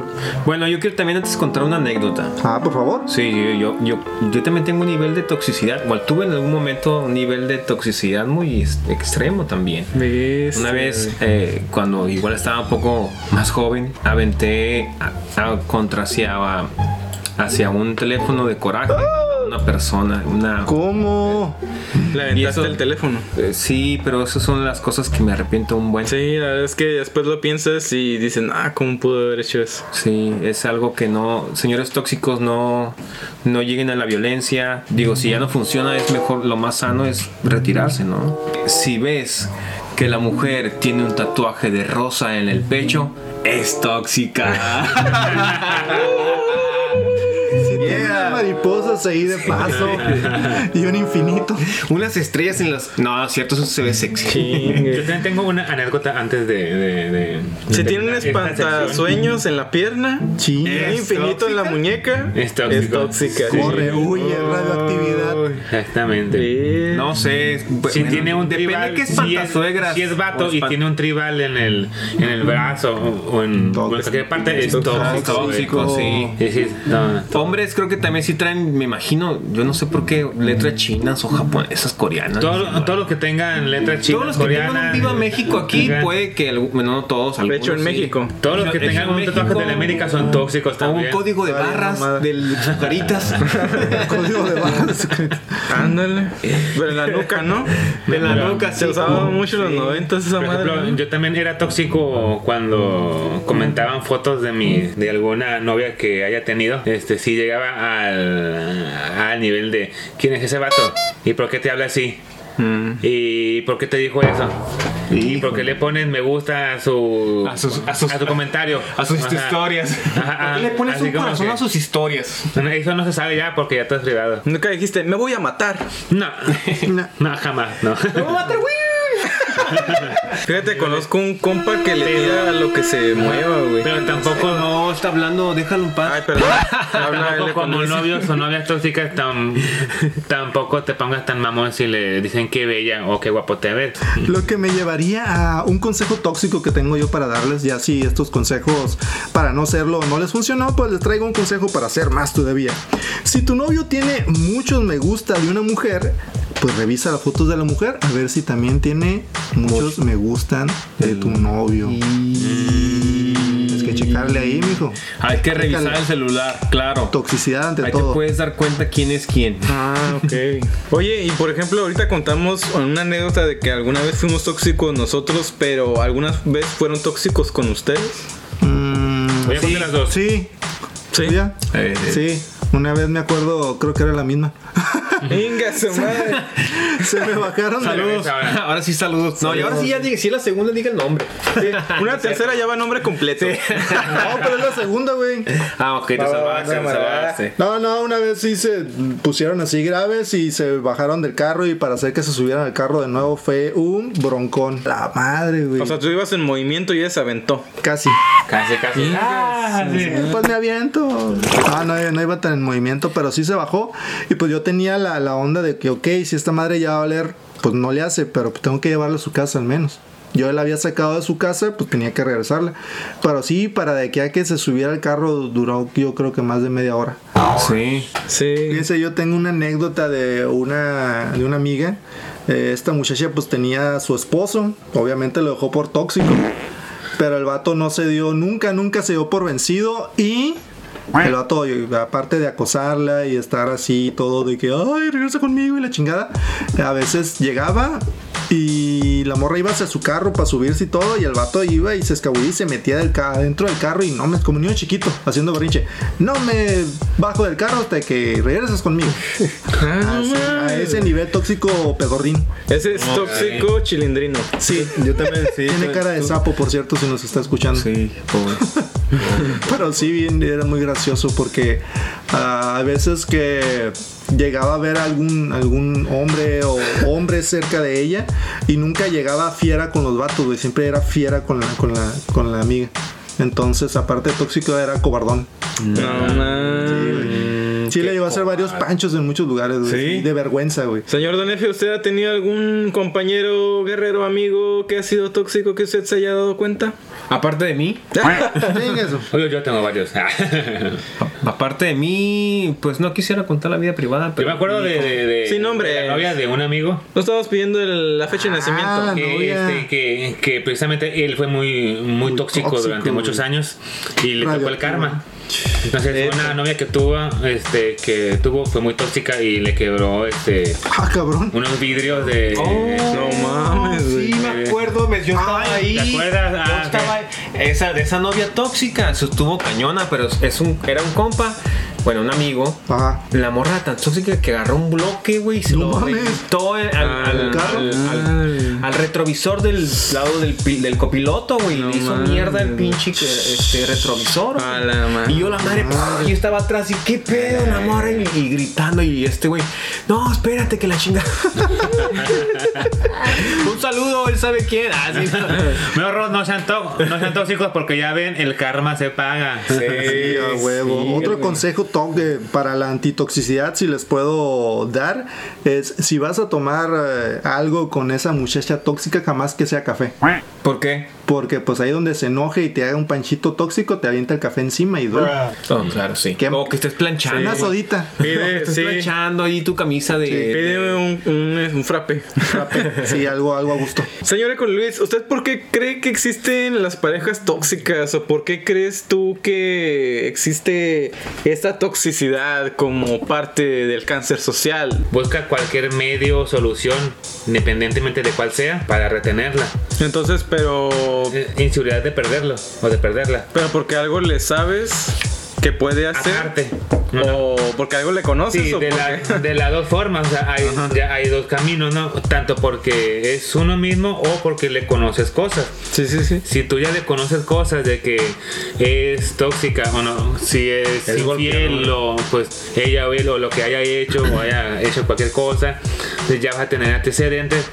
S4: Bueno, yo quiero también antes contar una anécdota.
S3: Ah, por favor.
S4: Sí, yo, yo, yo, yo también tengo un nivel de toxicidad. Igual tuve en algún momento un nivel de toxicidad muy ex- extremo también. Una vez, eh, cuando igual estaba un poco más joven, aventé a, a- contra hacia, hacia un teléfono de coraje. Una persona, una...
S3: ¿Cómo?
S2: Le
S4: Y
S2: aventaste
S4: eso-
S2: el teléfono.
S4: Eh, Sí, pero esas son las cosas que me arrepiento un buen.
S2: Sí, la verdad es que después lo piensas y dicen, ah, ¿cómo pudo haber hecho eso?
S4: Sí, es algo que no, señores tóxicos, no, no lleguen a la violencia. Digo, si ya no funciona, es mejor, lo más sano es retirarse, ¿no? Si ves que la mujer tiene un tatuaje de rosa en el pecho, es tóxica.
S3: Si tiene unas mariposas ahí de paso y un infinito.
S4: Unas estrellas en las... No, cierto, eso se ve sexy.
S6: Yo también tengo una anécdota antes de. de, de-
S2: Si
S6: de
S2: tiene un
S6: terminar esta
S2: espantasueños en la pierna,
S3: Sí.
S2: y un
S4: ¿Es
S2: infinito en la muñeca,
S6: Es tóxico.
S2: tóxica.
S6: Sí.
S3: Corre, huye, radioactividad.
S6: sección. Exactamente.
S2: Sí.
S4: No sé.
S6: Si
S4: bueno,
S6: tiene un
S4: depende
S6: tribal,
S4: de qué
S6: si es,
S4: espantasuegras
S6: si es vato
S4: o
S6: y
S4: espan-
S6: tiene un tribal en el, en el brazo o o en,
S3: Tóxico.
S6: o en cualquier parte, es tóxico.
S4: Tóxico,
S6: güey.
S4: sí.
S6: Es decir, no,
S4: Hombres creo que también sí traen, me imagino, yo no sé por qué letras chinas o japonesas, coreanas.
S6: Todo,
S4: no sé,
S6: lo- todo lo que tengan letras chinas,
S4: todos los que tengan
S6: coreanas,
S4: un Viva México aquí,
S6: ajá.
S4: puede que, algu- bueno, no todos,
S2: De
S4: algunos.
S2: hecho, en
S4: sí.
S2: México.
S6: Todos los que
S4: Hecho en
S6: tengan un tatuaje
S4: México,
S6: de la América son tóxicos
S4: O
S6: también.
S4: un código de barras del Chucaritas.
S3: Código de barras.
S2: Ándale. Pero en la nuca, ¿no?
S4: De la nuca,
S2: Se
S4: sí.
S2: usaba mucho en los noventas esa
S6: Por
S2: madre.
S6: ejemplo,
S2: ¿no?
S6: yo también era tóxico cuando comentaban fotos de mi de alguna novia que haya tenido. Este sí llegaba al, al nivel de ¿quién es ese vato? ¿Y por qué te habla así?
S10: Mm.
S6: ¿Y por qué te dijo eso? ¿Y por qué le ponen me gusta a su
S10: A sus- a sus-
S6: tu comentario?
S10: A sus
S6: Ajá.
S10: historias.
S6: Ajá,
S2: Ah,
S6: ajá.
S10: le pones
S6: Así
S10: un
S6: como
S10: corazón
S6: que-
S10: a sus historias?
S6: Bueno, Eso no se sabe ya porque ya todo es privado.
S2: Nunca dijiste, me voy a matar.
S6: No, no, jamás, no.
S2: Fíjate, conozco un compa que le tira a lo que se mueva, güey.
S6: Pero tampoco
S4: No, está hablando, déjalo en paz.
S2: Ay, perdón. Habla él
S6: Tampoco
S2: de
S6: como
S2: cuando-
S6: novios o novias tóxicas tam- tampoco te pongas tan mamón si le dicen qué bella o qué guapo te ves.
S3: Lo que me llevaría a un consejo tóxico que tengo yo para darles, ya si estos consejos para no serlo no les funcionó, pues les traigo un consejo para ser más todavía. Si tu novio tiene muchos me gusta de una mujer, pues revisa las fotos de la mujer a ver si también tiene muchos me gustan de tu novio. Es que checarle ahí, mijo.
S4: Hay que revisar
S3: Chécale.
S4: el celular, claro.
S3: Toxicidad ante
S4: Ahí te
S3: todo.
S4: puedes dar cuenta quién es quién.
S2: Ah, ok. Oye, y por ejemplo, ahorita contamos una anécdota de que alguna vez fuimos tóxicos nosotros, pero algunas veces fueron tóxicos con ustedes.
S3: Mm,
S6: Voy a poner las dos.
S3: sí,
S2: Sí.
S3: ya. Sí, una vez me acuerdo, creo que era la misma.
S2: Venga, su madre.
S3: Se me bajaron de
S4: Saludos.
S6: Ahora.
S4: Ahora sí, saludos. No, y ahora sí, ya diga, si es la segunda, diga el nombre.
S2: Una tercera ya va nombre completo.
S3: No, pero es la segunda, güey.
S4: Ah, ok, te salvaste, te salvaste.
S3: No, no, una vez sí se pusieron así graves y se bajaron del carro y para hacer que se subieran al carro de nuevo fue un broncón. La madre, güey.
S2: O sea, tú ibas en movimiento y ella se aventó.
S3: Casi.
S6: Casi, casi. Ah.
S3: Pues me aviento. Ah, no, no iba tan en movimiento, pero sí se bajó. Y pues yo tenía la, la onda de que, ok, si esta madre ya va a oler, pues no le hace, pero pues tengo que llevarla a su casa al menos. Yo la había sacado de su casa, pues tenía que regresarla. Pero sí, para de que a que se subiera al carro duró yo creo que más de media hora.
S4: Sí.
S2: Sí.
S3: Fíjense, yo tengo una anécdota de una, de una amiga. Eh, esta muchacha pues tenía a su esposo, obviamente lo dejó por tóxico, pero el vato no se dio, nunca, nunca se dio por vencido y... El vato, y aparte de acosarla y estar así todo de que, ay, regresa conmigo y la chingada, a veces llegaba y la morra iba hacia su carro para subirse y todo y el vato iba y se escabullía y se metía del ca- dentro del carro y no me como niño chiquito haciendo berrinche. No me bajo del carro hasta que regresas conmigo. Así, a ese nivel tóxico pedorrín.
S2: Ese es tóxico chilindrino.
S3: Sí.
S4: Yo también, sí. pues,
S3: Tiene cara de sapo, por cierto, si nos está escuchando.
S4: Sí, pues, pobre.
S3: Pero sí, bien, era muy gracioso porque ah, a veces que llegaba a ver algún, algún hombre o hombre cerca de ella y nunca llegaba fiera con los vatos, güey. Siempre era fiera con la, con la, con la amiga. Entonces, aparte de tóxico, era cobardón.
S2: No, no.
S3: Sí, le llevó a hacer varios panchos en muchos lugares, güey.
S4: Sí.
S3: y De vergüenza, güey.
S2: Señor Don Efe, ¿usted ha tenido algún compañero, guerrero, amigo que ha sido tóxico que usted se haya dado cuenta? Ah,
S4: Aparte de mí,
S3: Sí, eso.
S6: Oye, yo tengo varios.
S4: aparte de mí, pues no quisiera contar la vida privada,
S6: Yo
S4: pero
S6: me acuerdo de, de, de-
S2: Sin nombres.
S6: de la novia de un amigo.
S2: No estabas pidiendo el- la fecha de
S3: Ah,
S2: nacimiento.
S6: Que,
S3: novia.
S6: este, que, que precisamente él fue muy, muy, tóxico,
S3: tóxico,
S6: durante
S3: güey.
S6: muchos años y le tocó el
S3: Radioactivo.
S6: karma. Entonces, una novia que tuvo, este, que tuvo fue muy tóxica y le quebró este,
S3: Ah, cabrón.
S6: unos vidrios de.
S4: Oh.
S2: No mames,
S4: Sí, me acuerdo, me, yo estaba ahí.
S6: ¿te acuerdas?
S4: Yo
S6: Ah,
S4: estaba esa, de esa novia tóxica, se estuvo cañona, pero es un, era un compa, bueno, un amigo.
S3: Ajá.
S4: La morra tan tóxica que agarró un bloque, güey, y se
S3: No
S4: lo
S3: mames.
S4: aventó al, al-
S3: carro.
S4: al- al- al retrovisor del lado del, pi- del copiloto, güey. le hizo
S2: mames.
S4: mierda el pinche que- este, retrovisor. güey.
S2: A la madre.
S4: Y yo la madre, pues, yo estaba atrás y qué pedo, la morra, y, y gritando. Y este güey, no, espérate que la chinga. un saludo, él sabe quién. Ah, sí.
S6: Mejor no sean, tó- no sean tóxicos porque ya ven, el karma se paga.
S3: Sí, eh. a huevo. Otro consejo to- de- para la antitoxicidad, si les puedo dar, es si vas a tomar eh, algo con esa muchacha tóxica, jamás que sea café.
S4: ¿Por qué?
S3: Porque pues ahí donde se enoje y te haga un panchito tóxico, te avienta el café encima y duele.
S4: Oh, claro, sí.
S3: ¿Qué-
S4: O que estés planchando.
S3: Una sodita.
S4: O que
S2: Pide,
S4: estés
S2: Ah, sí,
S4: planchando ahí tu camisa de.
S2: pide un, un, un frappe.
S3: Sí, algo, algo a gusto.
S2: Señor Econ Luis, ¿usted por qué cree que existen las parejas tóxicas? ¿O por qué crees tú que existe esta toxicidad como parte del cáncer social?
S6: Busca cualquier medio o solución, independientemente de cuál sea, para retenerla.
S2: Entonces, pero.
S6: Eh, Inseguridad de perderlo o de perderla.
S2: Pero porque algo le sabes que puede hacer.
S6: Aparte.
S2: O porque algo le conoces.
S6: Sí,
S2: o
S6: de, la-
S2: porque-
S6: de las dos formas, o sea, hay, ya hay dos caminos, ¿no? Tanto porque es uno mismo o porque le conoces cosas.
S2: Sí, sí, sí.
S6: Si tú ya le conoces cosas de que es tóxica o no, si es,
S4: Es
S6: infiel o pues ella o él o lo que haya hecho o haya hecho cualquier cosa, pues ya vas a tener antecedentes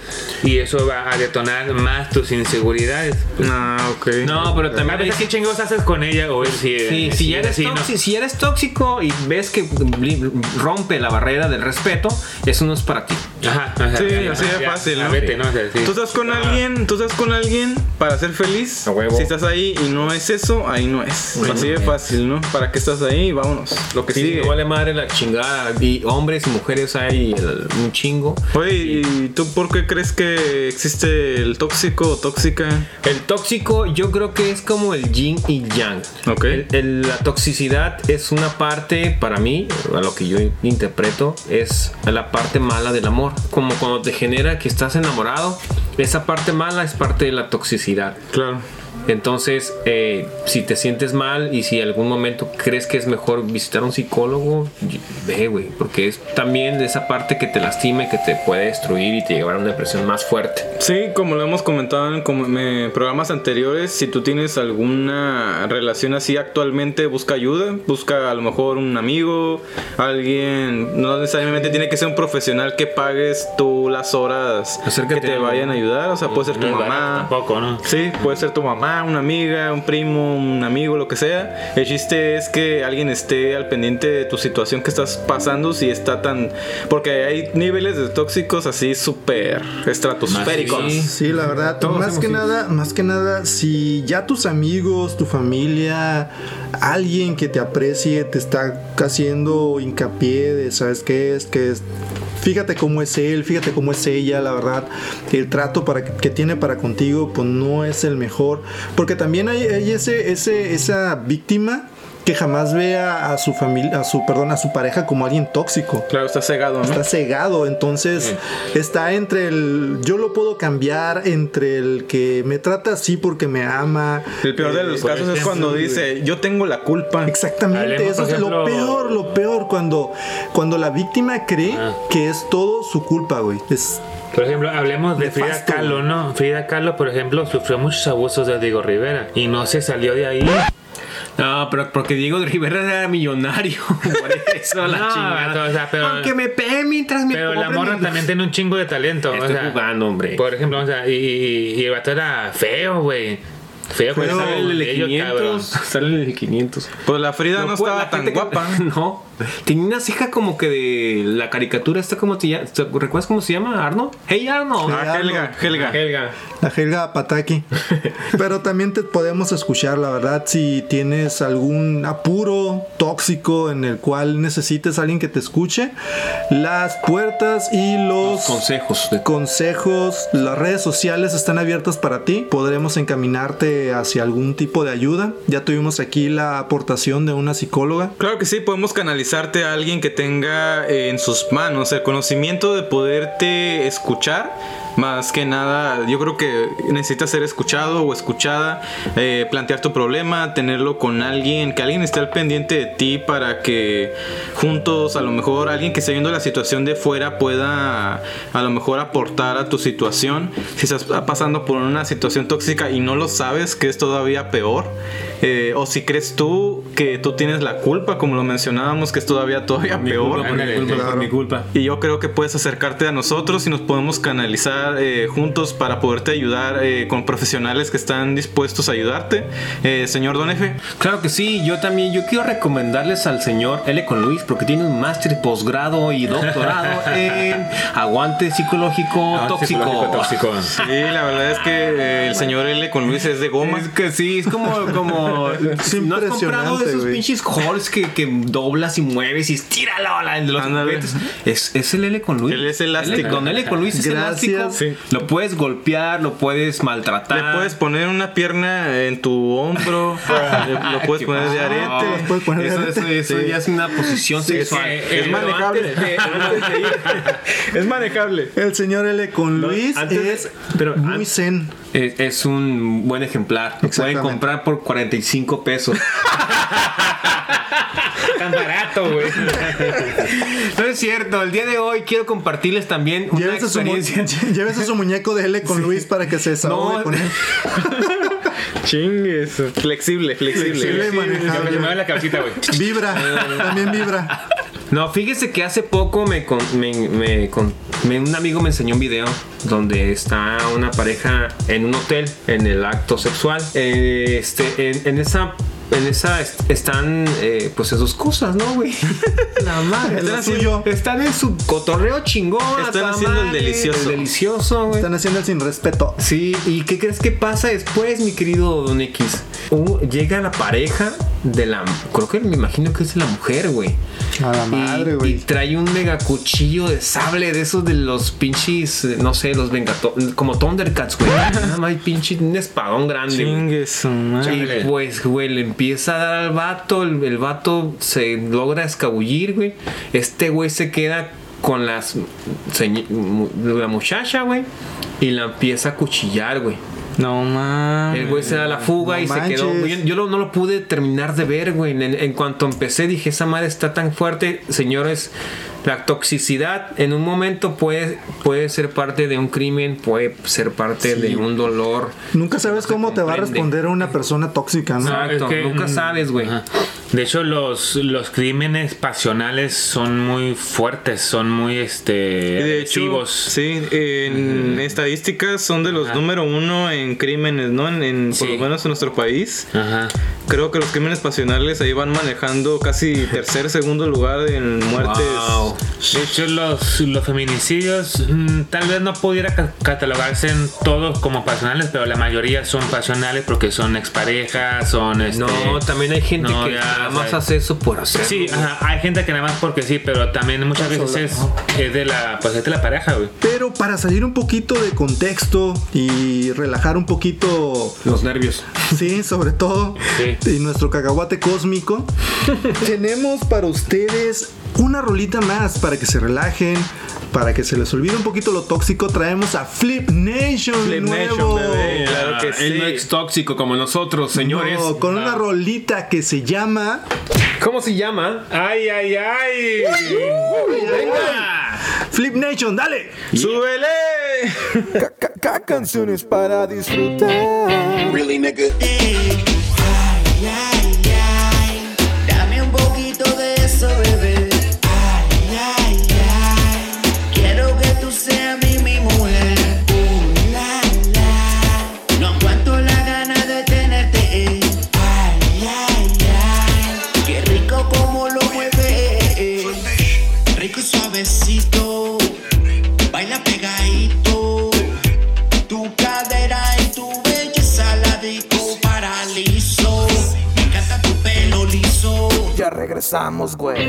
S6: y eso va a detonar más tus inseguridades.
S2: Ah, ok.
S4: No, pero
S6: También
S4: también hay
S6: qué chingados haces con ella o él si,
S4: Sí, si, ya eres
S6: así, eh, ¿no?
S4: tóxico, si eres tóxico y ves que li- rompe la barrera del respeto, eso no es para ti.
S6: Ajá, o sea,
S2: Sí,
S6: ya,
S2: así de
S6: ya,
S2: fácil,
S6: ya,
S2: ¿no?
S6: vete, ¿no? O sea, sí.
S2: Tú estás con
S6: Ah.
S2: alguien, tú estás con alguien para ser feliz.
S4: A huevo.
S2: Si estás ahí y no es eso, ahí no es. Así de fácil, ¿no? ¿Para qué estás ahí? Vámonos. Lo que
S4: Sí,
S2: sigue.
S4: no vale madre la chingada. Y hombres y mujeres hay el- un chingo.
S2: Oye, ¿y tú por qué crees que existe el tóxico o tóxica?
S4: El tóxico yo creo que es como el yin y yang.
S2: Ok.
S4: El- el- la toxicidad es una parte, para mí, a lo que yo in- interpreto, es la parte mala del amor. Como cuando te genera que estás enamorado, esa parte mala es parte de la toxicidad.
S2: Claro.
S4: Entonces, eh, si te sientes mal y si en algún momento crees que es mejor visitar a un psicólogo, y- ve, güey, porque es también de esa parte que te lastima y que te puede destruir y te llevar a una depresión más fuerte.
S2: Sí, como lo hemos comentado en como- me- programas anteriores, si tú tienes alguna relación así actualmente, busca ayuda, busca a lo mejor un amigo, alguien, no necesariamente tiene que ser un profesional que pagues tú las horas
S4: Acércate
S2: que te
S4: a-
S2: vayan a ayudar, o sea, puede ser tu
S6: No es barato
S2: mamá.
S6: Tampoco, ¿no?
S2: Sí, puede ser tu mamá, una amiga, un primo, un amigo, lo que sea. El chiste es que alguien esté al pendiente de tu situación que estás pasando si está tan... Porque hay niveles de tóxicos así súper estratosféricos.
S4: Masivos.
S3: Sí, la verdad,
S4: Todos
S3: más
S4: hemos
S3: que
S4: sido.
S3: nada, más que nada, si ya tus amigos, tu familia, alguien que te aprecie te está haciendo hincapié de, ¿sabes qué es? Que es Fíjate cómo es él, fíjate cómo es ella, la verdad. El trato para que, que tiene para contigo, pues no es el mejor. Porque también hay, hay ese, ese, esa víctima que jamás ve a, a su familia, a su, perdón, a su pareja como alguien tóxico
S2: Claro, está cegado, ¿no?
S3: está cegado, entonces está entre el yo lo puedo cambiar, entre el que me trata así porque me ama.
S2: El peor de los
S3: Eh,
S2: casos es cuando dice, yo tengo la culpa.
S3: Exactamente,
S6: Hablemos,
S3: eso
S6: por
S3: es lo
S6: ejemplo-
S3: peor, lo peor, cuando, cuando la víctima cree que es todo su culpa, güey. Es,
S6: Por ejemplo, hablemos de Frida
S3: Nefasto.
S6: Kahlo, ¿no? Frida Kahlo, por ejemplo, sufrió muchos abusos de Diego Rivera y no se salió de ahí.
S4: No, pero porque Diego de Rivera era millonario. Por eso la
S6: No,
S4: chingada.
S6: vato, o sea, pero-
S4: Aunque me pegue mientras me
S6: Pero la
S4: compren
S6: morra
S4: mi-
S6: también tiene un chingo de talento.
S4: Estoy
S6: o sea,
S4: jugando, hombre.
S6: Por ejemplo, o sea, y, y- y el vato era feo, güey. Feo, pero
S4: Pero
S6: estaba
S4: sale el de
S6: bello,
S4: 500.
S6: cabrón.
S4: Sale el de 500.
S2: Pues la Frida no,
S4: puedo-
S2: estaba
S4: la
S2: tan
S4: gente que-
S2: guapa.
S4: No. Tenía una ceja como que de la caricatura. Está como te, ll- ¿te ¿Recuerdas cómo se llama? ¿Arno? Hey, Arno.
S3: Ah,
S2: Ah, Helga, Helga.
S4: Helga.
S3: La Helga Pataki. Pero también te podemos escuchar, la verdad, si tienes algún apuro tóxico en el cual necesites a alguien que te escuche. Las puertas y los,
S4: Consejos. de-
S3: consejos, las redes sociales están abiertas para ti. Podremos encaminarte hacia algún tipo de ayuda. Ya tuvimos aquí la aportación de una psicóloga.
S2: Claro que sí, podemos canalizarte a alguien que tenga eh, en sus manos el conocimiento de poderte escuchar. Más que nada, yo creo que necesitas ser escuchado o escuchada, eh, plantear tu problema, tenerlo con alguien, que alguien esté al pendiente de ti para que juntos, a lo mejor alguien que esté viendo la situación de fuera pueda a lo mejor aportar a tu situación. Si estás pasando por una situación tóxica y no lo sabes, que es todavía peor. Eh, o si crees tú que tú tienes la culpa, como lo mencionábamos, que es todavía, todavía
S4: Mi culpa,
S2: peor.
S4: por mi culpa, por mi culpa.
S2: Y yo creo que puedes acercarte a nosotros y nos podemos canalizar eh, juntos para poderte ayudar eh, con profesionales que están dispuestos a ayudarte. Eh, señor Don Efe,
S4: Claro que sí, yo también, yo quiero recomendarles al señor L. con Luis porque tiene un máster, posgrado y doctorado en aguante psicológico
S6: Ah,
S4: tóxico.
S6: psicológico tóxico.
S2: sí, la verdad es que eh, el señor L con Luis es de goma.
S4: Es que sí, es como, como
S3: Es
S4: no has comprado de
S3: impresionante,
S4: esos
S3: güey.
S4: pinches halls que, que doblas y mueves y estíralo la de los
S2: Ándale.
S4: juguetes. Es, es el L con Luis.
S2: Él es elástico.
S4: L con L con Luis es
S3: Gracias.
S4: elástico.
S2: Sí.
S4: Lo puedes golpear, lo puedes maltratar.
S2: Le puedes poner una pierna en tu hombro, le- lo puedes
S4: Qué
S2: poner de
S4: guau.
S2: arete.
S3: Los puedes poner de
S4: Eso,
S3: arete.
S4: eso- eso
S2: Sí.
S4: ya es una posición sexual.
S6: eh,
S2: Es
S6: eh,
S2: manejable.
S6: antes de- antes de ir-
S2: Es manejable.
S3: El señor L con Luis
S4: antes de-
S3: es
S4: pero
S3: muy
S4: antes-
S3: zen.
S4: Es, es un buen ejemplar. Lo pueden
S3: Exactamente.
S4: comprar por 45 pesos.
S6: Tan barato, güey.
S4: No es cierto. El día de hoy quiero compartirles también una
S3: Llévese su, mu-
S4: experiencia.
S3: llévese su muñeco de L con Luis para que se desahogue
S4: No.
S3: con él.
S2: Chingues. Flexible,
S3: Flexible
S2: flexible.
S3: y manejable.
S6: Me mueve la cabecita, güey.
S3: Vibra, también vibra.
S4: No, fíjese que hace poco me, con- me- me con- me- un amigo me enseñó un video donde está una pareja en un hotel en el acto sexual. Eh, este, en, en esa en esa est- están eh, pues en sus cosas, ¿no, güey? La madre.
S3: En lo
S4: Están, haciendo-
S3: suyo.
S4: están en su cotorreo chingón. a
S2: Están
S4: toda
S2: haciendo el
S4: madre,
S2: delicioso.
S4: El delicioso, güey.
S3: Están haciendo el sin respeto.
S4: Sí, ¿y qué crees que pasa después, mi querido Don X? Uh, llega la pareja de la. Creo que me imagino que es de la mujer, güey.
S3: A la
S4: Y-
S3: madre,
S4: y,
S3: güey.
S4: trae un mega cuchillo de sable de esos de los pinches, eh, no sé, los vengato como Thundercats, güey. Nada más hay pinche un espadón grande. güey.
S2: Chingues, su madre.
S4: Y pues, güey, le empieza a dar al vato, el, el vato se logra escabullir, güey. Este güey se queda con las señ- mu- la muchacha, güey, y la empieza a cuchillar, güey.
S2: No mames.
S4: El güey se da la fuga
S3: No
S4: y se quedó.
S3: manches.
S4: Yo, yo lo- no lo pude terminar de ver, güey. En, en cuanto empecé dije, esa madre está tan fuerte. Señores, la toxicidad en un momento puede, puede ser parte de un crimen, puede ser parte de un dolor.
S3: Nunca sabes cómo te va a
S4: comprende.
S3: responder una persona tóxica, ¿no?
S4: Exacto,
S6: es que-
S4: nunca
S6: mm,
S4: sabes, güey.
S6: Ajá. De hecho, los, los crímenes pasionales son muy fuertes, son muy este,
S2: Y de hecho,
S6: agresivos.
S2: sí, en estadísticas son de los número uno en crímenes, ¿no? En, en- por
S6: Sí.
S2: lo menos en nuestro país.
S6: Ajá.
S2: Creo que los crímenes pasionales ahí van manejando casi tercer, segundo lugar en muertes.
S4: Wow.
S6: De hecho, los, los feminicidios mm, tal vez no pudiera ca- catalogarse en todos como pasionales, pero la mayoría son pasionales porque son exparejas, son... Este,
S4: No, también hay gente
S6: no,
S4: que
S6: ya,
S4: nada
S6: o
S4: más
S6: sea,
S4: hace eso por hacer.
S6: Sí, ajá, hay gente que nada más porque sí, pero también muchas veces es, es de la pues es de la pareja, güey.
S3: Pero para salir un poquito de contexto y relajar un poquito,
S4: Los nervios.
S3: sí, sobre todo,
S6: Sí.
S3: y nuestro cacahuate cósmico, tenemos para ustedes una rolita más para que se relajen, para que se les olvide un poquito lo tóxico. Traemos a Flip Nation de
S2: Flip Nation,
S3: nuevo.
S2: bebé, claro que
S4: Ah,
S2: sí.
S4: Él no es tóxico como nosotros, señores.
S3: No, con una rolita que se llama
S4: ¿Cómo se llama?
S6: Ay, ay, ay.
S3: Flip Nation, dale.
S2: ¡Súbele!
S7: Ca- ca- ca- Canciones para disfrutar.
S8: Ay, ay, ay, dame un poquito de eso, bebé. Ay, ay, ay, quiero que tú seas mi, mi mujer. Uh, la, la, no aguanto la gana de tenerte. Ay, ay, ay, qué rico como lo mueve. Rico y suavecito, baila pegadito. Tu cadera y tu belleza la disco paralizo. Me encanta tu pelo liso.
S7: Ya regresamos, güey.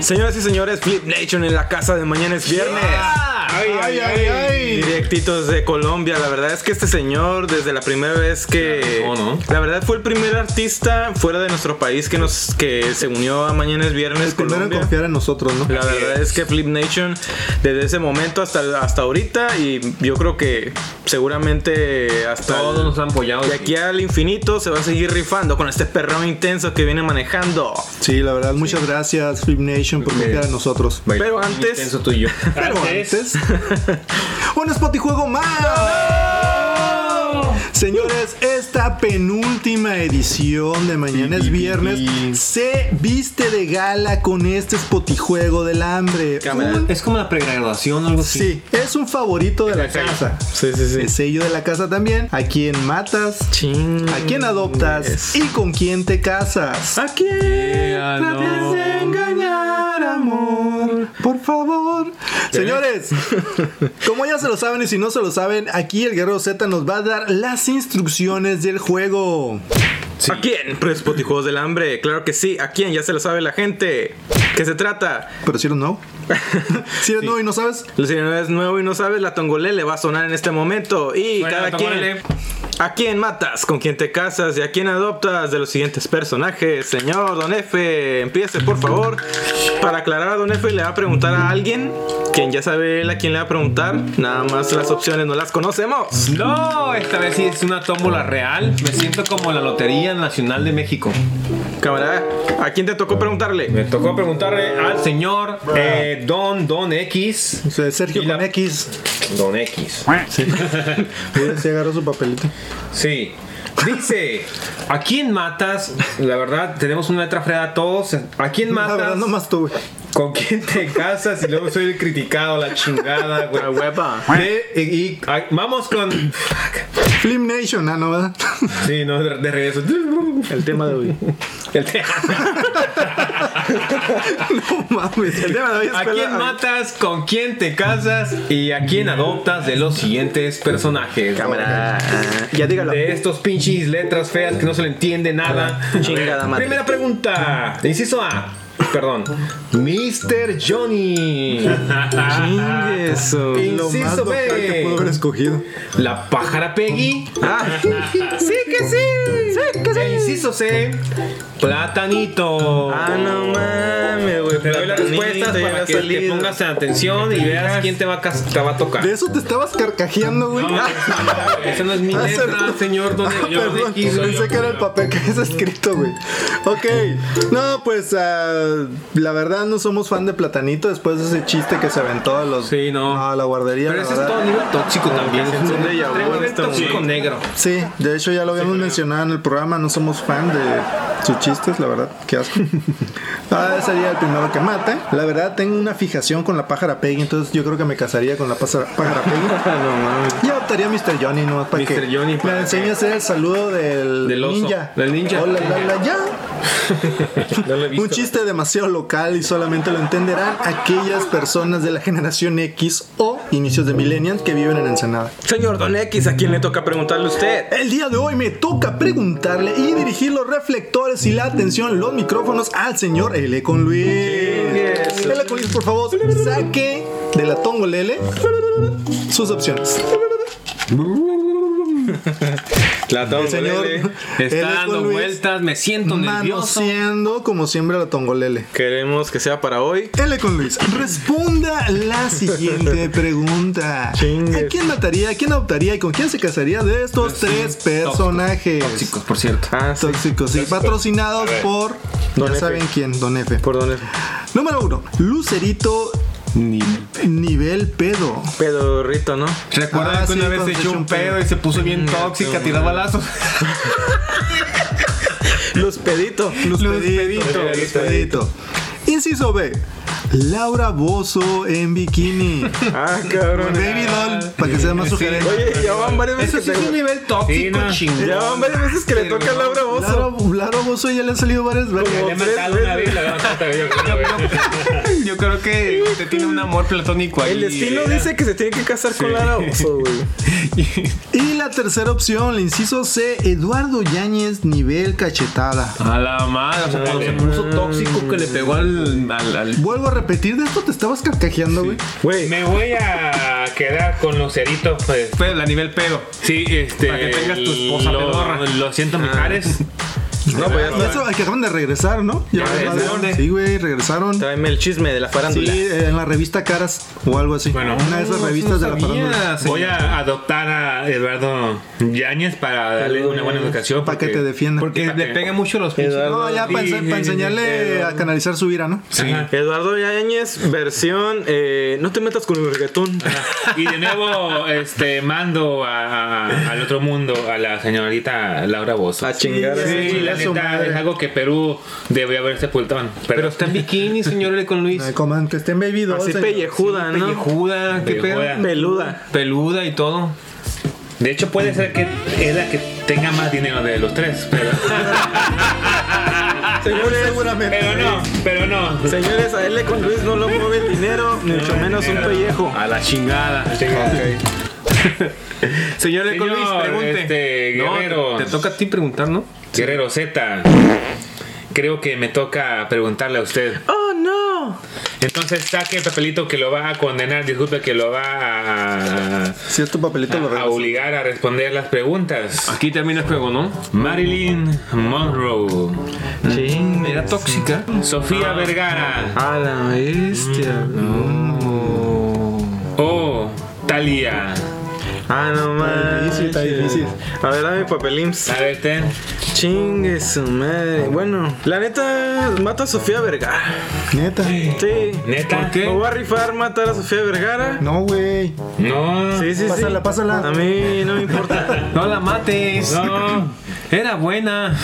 S2: Señoras y señores, Flip Nation en la casa de mañana es viernes.
S6: Ay, ay, ay.
S2: Directitos de Colombia, la verdad es que este señor desde la primera vez que
S4: Claro, ¿no?
S2: la verdad fue el primer artista fuera de nuestro país que nos que se unió a Mañana es Viernes
S3: Primero en
S2: Colombia.
S3: confiar en nosotros, ¿no?
S2: La verdad es que Flip Nation desde ese momento hasta hasta ahorita y yo creo que seguramente hasta
S4: Todos
S2: el-
S4: nos han apoyado.
S2: de aquí al infinito se va a seguir rifando con este perrón intenso que viene manejando.
S3: Sí, la verdad, muchas gracias Flip Nation por confiar en nosotros.
S2: Pero antes-
S4: Intenso tú y yo.
S3: Ah, Pero antes, un Spotijuego más. Señores, esta penúltima edición de Mañana es Viernes se viste de gala con este spotijuego del hambre. Un-
S4: Es como la pregraduación o algo así.
S3: sí, es un favorito de la casa.
S2: Sí, sí, sí.
S3: El sello de la casa también. A quien matas,
S2: Ching.
S3: a quien adoptas y con quién te casas.
S2: ¿A quién?
S4: Ah,
S2: trates
S4: no.
S2: de engañar, amor.
S3: Por favor. Señores, como ya se lo saben y si no se lo saben, aquí el Guerrero Z nos va a dar las instrucciones del juego.
S2: ¿A quién? Pues Potijuegos del Hambre, claro que sí. ¿A quién? Ya se lo sabe la gente. ¿Qué se trata?
S3: Pero si eres no. si eres no y no sabes,
S2: Los Si no es nuevo y no sabes, la tongolele va a sonar en este momento. Y
S4: Suena la
S2: cada quien.
S4: tongolele.
S2: ¿A quién matas? ¿Con quién te casas? ¿Y a quién adoptas de los siguientes personajes? Señor Don F, empiece por favor. Para aclarar a Don F le va a preguntar a alguien, quien ya sabe él a quién le va a preguntar. Nada más las opciones no las conocemos.
S4: No, esta vez sí es una tómbola real. Me siento como la Lotería Nacional de México.
S2: Cámara, ¿a quién te tocó preguntarle?
S4: Me tocó preguntarle al señor eh, Don Don X.
S3: Sergio
S4: Y la-
S3: con X.
S4: Don X.
S3: Se agarró su papelito.
S4: Sí. Dice, ¿a quién matas? La verdad, tenemos una letra fregada todos. ¿A quién
S3: La verdad,
S4: matas?
S3: nomás tú, güey.
S4: ¿Con quién te casas? Y luego soy el criticado, la chingada, güey.
S2: A hueva.
S4: De- y, y- a- vamos con. Fuck.
S3: Film Nation, ah, no, ¿verdad?
S4: Sí, no, de, de regreso.
S2: El tema de hoy.
S4: El te-
S3: no mames.
S2: El tema de hoy es
S4: ¿A quién matas? ¿Con quién te casas? ¿Y a quién adoptas de los siguientes personajes?
S2: Cámara. Ya dígalo.
S4: De estos pinches letras feas que no se le entiende nada.
S2: Chingada madre.
S4: Primera pregunta. Inciso A. Perdón. Mr. Johnny.
S2: Chingue eso.
S3: Pues Lo más
S4: Inciso
S3: local que pudo haber
S4: B.
S3: escogido.
S4: La pájara Peggy.
S2: Ah,
S4: Sí que sí. Sí que sí. Inciso C. Platanito.
S2: ah, no mames, güey.
S4: Te doy las respuestas
S2: Platanito, ya
S4: para
S2: había
S4: que te
S2: salido.
S4: pongas atención y veas quién te va a, cas- te va a tocar.
S3: De eso te estabas carcajeando, güey.
S4: Esa no es mi
S3: Ah,
S4: letra,
S3: perdón.
S4: señor Don
S3: Ah, perdón, pensé que era el papel que habías escrito, güey. Ok, no, pues ah, la verdad no somos fan de Platanito después de ese chiste que se aventó a los.
S4: Sí, no.
S3: a la guardería.
S4: Pero
S3: la
S4: ese es
S3: verdad.
S4: todo nivel tóxico también. Es un
S2: déjà vu en este
S4: tóxico
S2: momento.
S4: negro.
S3: Sí, de hecho ya lo habíamos mencionado en el programa, no somos fan de sus chistes, la verdad, qué asco. ah, sería el primero que mate. La verdad tengo una fijación con la pájara Peggy, entonces yo creo que me casaría con la pájara, pájara Peggy.
S2: Ah, No mames.
S3: Y adoptaría a Mr. Johnny, ¿no? Para
S4: Mr.
S3: que
S4: Johnny,
S3: me
S4: para
S3: enseñe a hacer el saludo del,
S4: Del oso,
S3: ninja.
S4: del ninja.
S3: Hola, la, la, ya.
S4: No lo he visto.
S3: Un chiste demasiado local y solamente lo entenderán aquellas personas de la generación X o inicios de millennials que viven en Ensenada.
S2: Señor Don X, ¿a quién le toca preguntarle a usted?
S3: El día de hoy me toca preguntarle y dirigir los reflectores y la atención, los micrófonos al señor L. con Luis. L. con Luis, por favor, saque de la tongo Lele sus opciones.
S2: La
S3: El señor
S4: Está
S3: L. con
S4: dando
S3: Luis
S4: vueltas, me siento nervioso.
S3: Manoseando como siempre la tongolele.
S2: Queremos que sea para hoy.
S3: L con Luis, responda la siguiente pregunta.
S2: Chingues.
S3: ¿A quién mataría, a quién adoptaría y con quién se casaría de estos tres personajes?
S4: Tóxicos, por cierto.
S2: Ah, sí.
S3: Tóxicos y patrocinados por
S2: Don
S3: ya
S2: F.
S3: saben quién, Don F.
S2: Perdón.
S3: Número uno, Lucerito nivel pedo.
S2: Pedorrito, ¿no?
S4: Recuerda
S3: Ah,
S4: que
S3: sí,
S4: una vez
S3: cuando
S4: se echó un pedo y se puso bien tóxica, tiraba lazos.
S2: Luz Pedito.
S3: Lucerito, Lucerito. Inciso B. Laura Bozo en bikini.
S2: Ah, cabrón.
S3: Baby doll, para que sea más sugerente.
S2: Oye, ya van varias
S4: Eso
S2: veces
S4: sí
S2: que
S4: es un
S2: te-
S4: nivel tóxico,
S6: no.
S4: chingón.
S2: ya van varias veces que le toca a Laura
S3: Laura,
S2: Bozo.
S3: Laura Bozo ya le han salido varias veces.
S2: Como
S6: he
S2: tres
S6: matado una
S2: veces.
S6: vez, la verdad, hasta yo creo, güey.
S4: Yo creo que usted tiene un amor platónico ahí.
S2: El destino
S4: ¿verdad?
S2: dice que se tiene que casar con Laura Bozo, güey.
S3: Y la tercera opción, el inciso C, Eduardo Yáñez, nivel cachetada.
S4: A la madre, o sea, cuando se puso tóxico que le pegó al. al, al-
S3: Vuelvo a repetir, de esto te estabas carcajeando, güey.
S2: Güey,
S6: Me voy a quedar con Lucerito. Pues.
S4: pedo, a nivel pedo.
S6: Sí, este.
S4: Para que tengas tu esposa
S6: lo,
S4: pedorra.
S6: Ah. lo siento, Mijares.
S2: No, pues ya
S3: Y
S2: está.
S3: eso, que acaban de regresar, ¿no?
S2: Ya regresaron.
S3: Sí, güey, regresaron.
S2: Tráeme el chisme de la
S3: Sí,
S2: farándula.
S3: eh, en la revista Caras o algo así.
S6: Bueno.
S3: una de esas revistas de la farándula.
S6: Voy a adoptar a Eduardo Yáñez para darle una buena educación.
S3: Para que te defienda.
S4: Porque le pega mucho los pinches.
S3: No, ya para
S6: Sí, sí,
S3: enseñarle a canalizar su ira, ¿no?
S6: Sí.
S2: Eduardo Yáñez, versión. eh, no te metas con el reggaetón.
S6: Y de nuevo este, mando a- a- al otro mundo a la señorita Laura Bozo.
S4: Ah,
S2: A chingar.
S3: Sí,
S6: Sí, la
S3: Chingazo,
S6: neta
S3: madre.
S6: es algo que Perú debió haber sepultado.
S4: Pero
S6: Pero,
S4: está en bikini, señor, con Luis.
S3: Eh, Coman, que estén eh. bebidos.
S2: Así
S3: señor.
S2: pellejuda, ¿no?
S4: Pellejuda, qué pedo.
S6: Pellejuda.
S2: Peluda.
S4: Peluda y todo.
S6: de hecho, puede ser que es la que tenga más dinero de los tres. Pero,
S3: Seguramente.
S6: pero no, pero no.
S2: Señores, a él con Luis no lo mueve el dinero, ni mucho menos un pellejo.
S4: A la chingada. Señor Eco Luis,
S6: Señor,
S4: pregunte.
S6: este,
S4: No,
S6: Guerrero.
S4: te, te toca a ti preguntar, ¿no?
S6: Guerrero Z, creo que me toca preguntarle a usted.
S2: ¡Oh, no!
S6: Entonces saque el papelito que lo va a condenar, disculpe que lo va a, a-
S3: Cierto papelito lo
S6: a
S3: regreso.
S6: obligar a responder las preguntas.
S4: Aquí termina el juego, ¿no?
S6: Marilyn Monroe,
S2: Chinga.
S4: Era tóxica.
S6: Sofía Vergara
S2: A la bestia.
S6: o Thalía.
S2: Ah, no más.
S3: difícil, está difícil.
S2: A ver, dame papelims.
S6: A ver, ten.
S2: Chingue su madre. Bueno, la neta, mata a Sofía Vergara.
S3: Neta.
S2: Sí.
S6: ¿Neta?
S4: ¿Por qué?
S2: Me voy a rifar matar a Sofía Vergara.
S3: No, güey.
S6: No.
S2: Sí, sí,
S3: Pásala,
S2: sí.
S3: pásala.
S2: A mí no me importa.
S4: No la mates.
S6: No.
S4: Era buena.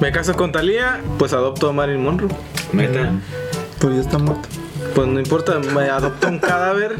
S2: Me caso con Talía, pues adopto a Marilyn Monroe.
S6: Neta.
S3: Pues ya está muerto.
S2: Pues no importa, me adopto un cadáver.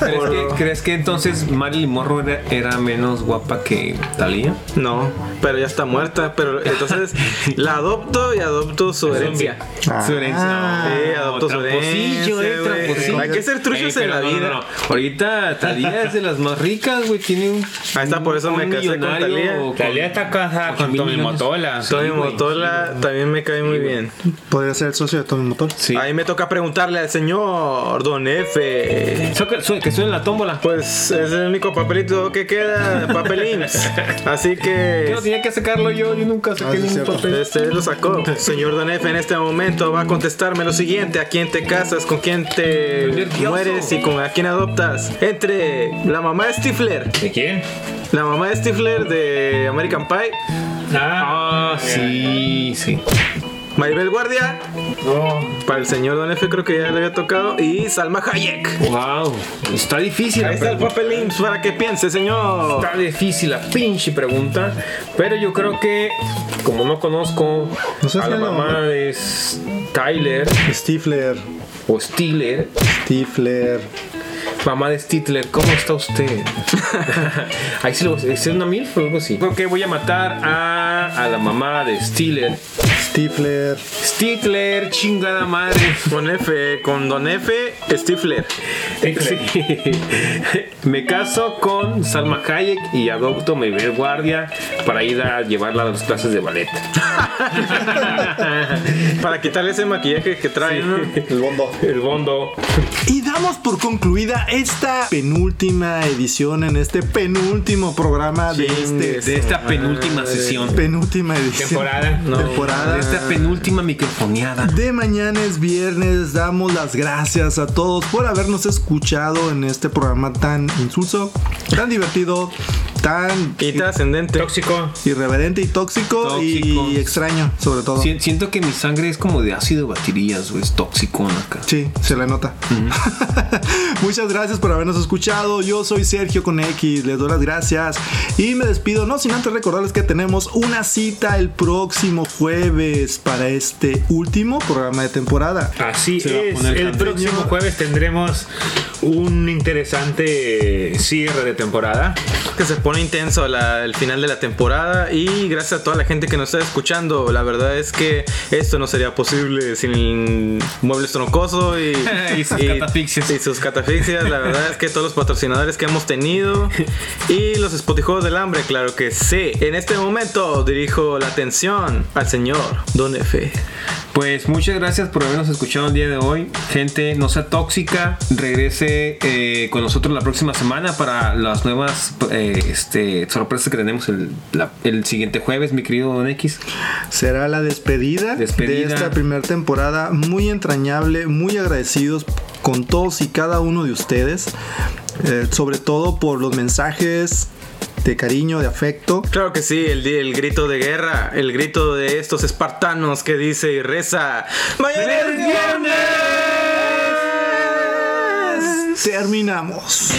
S4: ¿Crees que, crees que entonces Marilyn Monroe era, era menos guapa que Talía?
S2: No, pero ya está muerta. Pero entonces la adopto y adopto su herencia.
S4: Su herencia.
S2: Ah. Sí, adopto su
S4: Ah, tramposillo, eh,
S2: herencia. güey.
S4: tramposillo.
S2: Hay que ser truchos
S4: Ey, pero
S2: en la
S4: no, no,
S2: vida.
S4: no. Ahorita Talía es de las más ricas, güey. Tiene un.
S2: Ahí está, por eso me casé con Thalía.
S6: Thalía está casada
S4: ocho
S6: con
S4: mil
S6: Tommy
S4: millones.
S6: Motola.
S2: Tony
S4: güey,
S2: Motola también me cae muy bien.
S3: Podría ser el socio de Tommy Motor.
S4: Sí.
S2: Ahí me toca preguntarle al señor Don F.
S4: Soca- su- que suene la tómbola.
S2: Pues es el único papelito que queda, papelines. Así que
S4: Yo tenía que sacarlo yo, yo nunca
S3: Ah,
S4: saqué
S3: sí,
S4: ningún
S3: cierto.
S4: papel.
S2: Este lo sacó. Señor Don F en este momento va a contestarme lo siguiente: ¿a quién te casas, con quién te
S4: nervioso.
S2: mueres y con a quién adoptas? Entre la mamá de Stifler,
S6: ¿De quién?
S2: la mamá de Stifler de American Pie,
S6: Ah,
S4: Sí, sí.
S2: Maribel Guardia,
S6: No.
S2: para el señor Don F creo que ya le había tocado, y Salma Hayek.
S4: Wow, está difícil. la
S2: Ahí está el
S4: pregunta.
S2: papel IMSS para que piense, señor.
S4: Está difícil la pinche pregunta, pero yo creo que como no conozco
S3: No seas
S4: a la
S3: malo.
S4: mamá de S- Tyler
S3: Stifler.
S4: o Stiller,
S3: Stifler.
S4: mamá de Stitler, ¿cómo está usted? Ahí sí lo voy a hacer una mil o algo así. Creo que voy a matar a, a la mamá de Stiller.
S3: Stifler.
S4: Stitler, chingada madre.
S2: Con F, con Don F, Stifler.
S4: Sí. Me caso con Salma Hayek y adopto Maybell Guardia para ir a llevarla a las clases de ballet.
S2: Para quitarle ese maquillaje que trae, ¿no?
S3: El bombo.
S4: El bondo.
S3: Y damos por concluida esta penúltima edición en este penúltimo programa de
S2: Chingue
S3: este.
S2: su
S4: De esta penúltima sesión.
S3: penúltima edición.
S6: Temporada.
S3: Temporada.
S4: De esta penúltima microfoneada.
S3: De mañana es viernes, damos las gracias a todos por habernos escuchado en este programa tan insulso, tan divertido, tan
S2: Y trascendente.
S6: Tóxico.
S3: irreverente y tóxico,
S4: Tóxico.
S3: y extraño, sobre todo.
S4: Si- siento que mi sangre es como de ácido baterías, güey. Es tóxico acá.
S3: Sí, se le nota. Muchas gracias por habernos escuchado. Yo soy Sergio con X, les doy las gracias y me despido, no sin antes recordarles que tenemos una cita el próximo jueves para este último programa de temporada.
S6: Así
S4: Se va a
S6: es.
S4: poner
S6: El
S4: cansado.
S6: próximo jueves tendremos un interesante eh, cierre de temporada.
S2: que se pone intenso la- el final de la temporada y gracias a toda la gente que nos está escuchando. La verdad es que esto no sería posible sin el Muebles Troncoso y,
S4: Y sus catafixias.
S2: y sus catafixias. La verdad es que todos los patrocinadores que hemos tenido y los Spotijuegos del Hambre, claro que sí. En este momento dirijo la atención al señor Don F.
S4: Pues muchas gracias por habernos escuchado el día de hoy. Gente, no sea tóxica. Regrese eh, con nosotros la próxima semana para las nuevas eh, este, sorpresa que tenemos el, la- el siguiente jueves, mi querido Don X.
S3: Será la despedida,
S4: Despedida.
S3: de esta primera temporada muy entrañable, muy agradecidos con todos y cada uno de ustedes, eh, sobre todo por los mensajes de cariño, de afecto.
S2: Claro que sí, el, di- el grito de guerra, el grito de estos espartanos que dice y reza. ¡Mañana es viernes!
S3: Terminamos.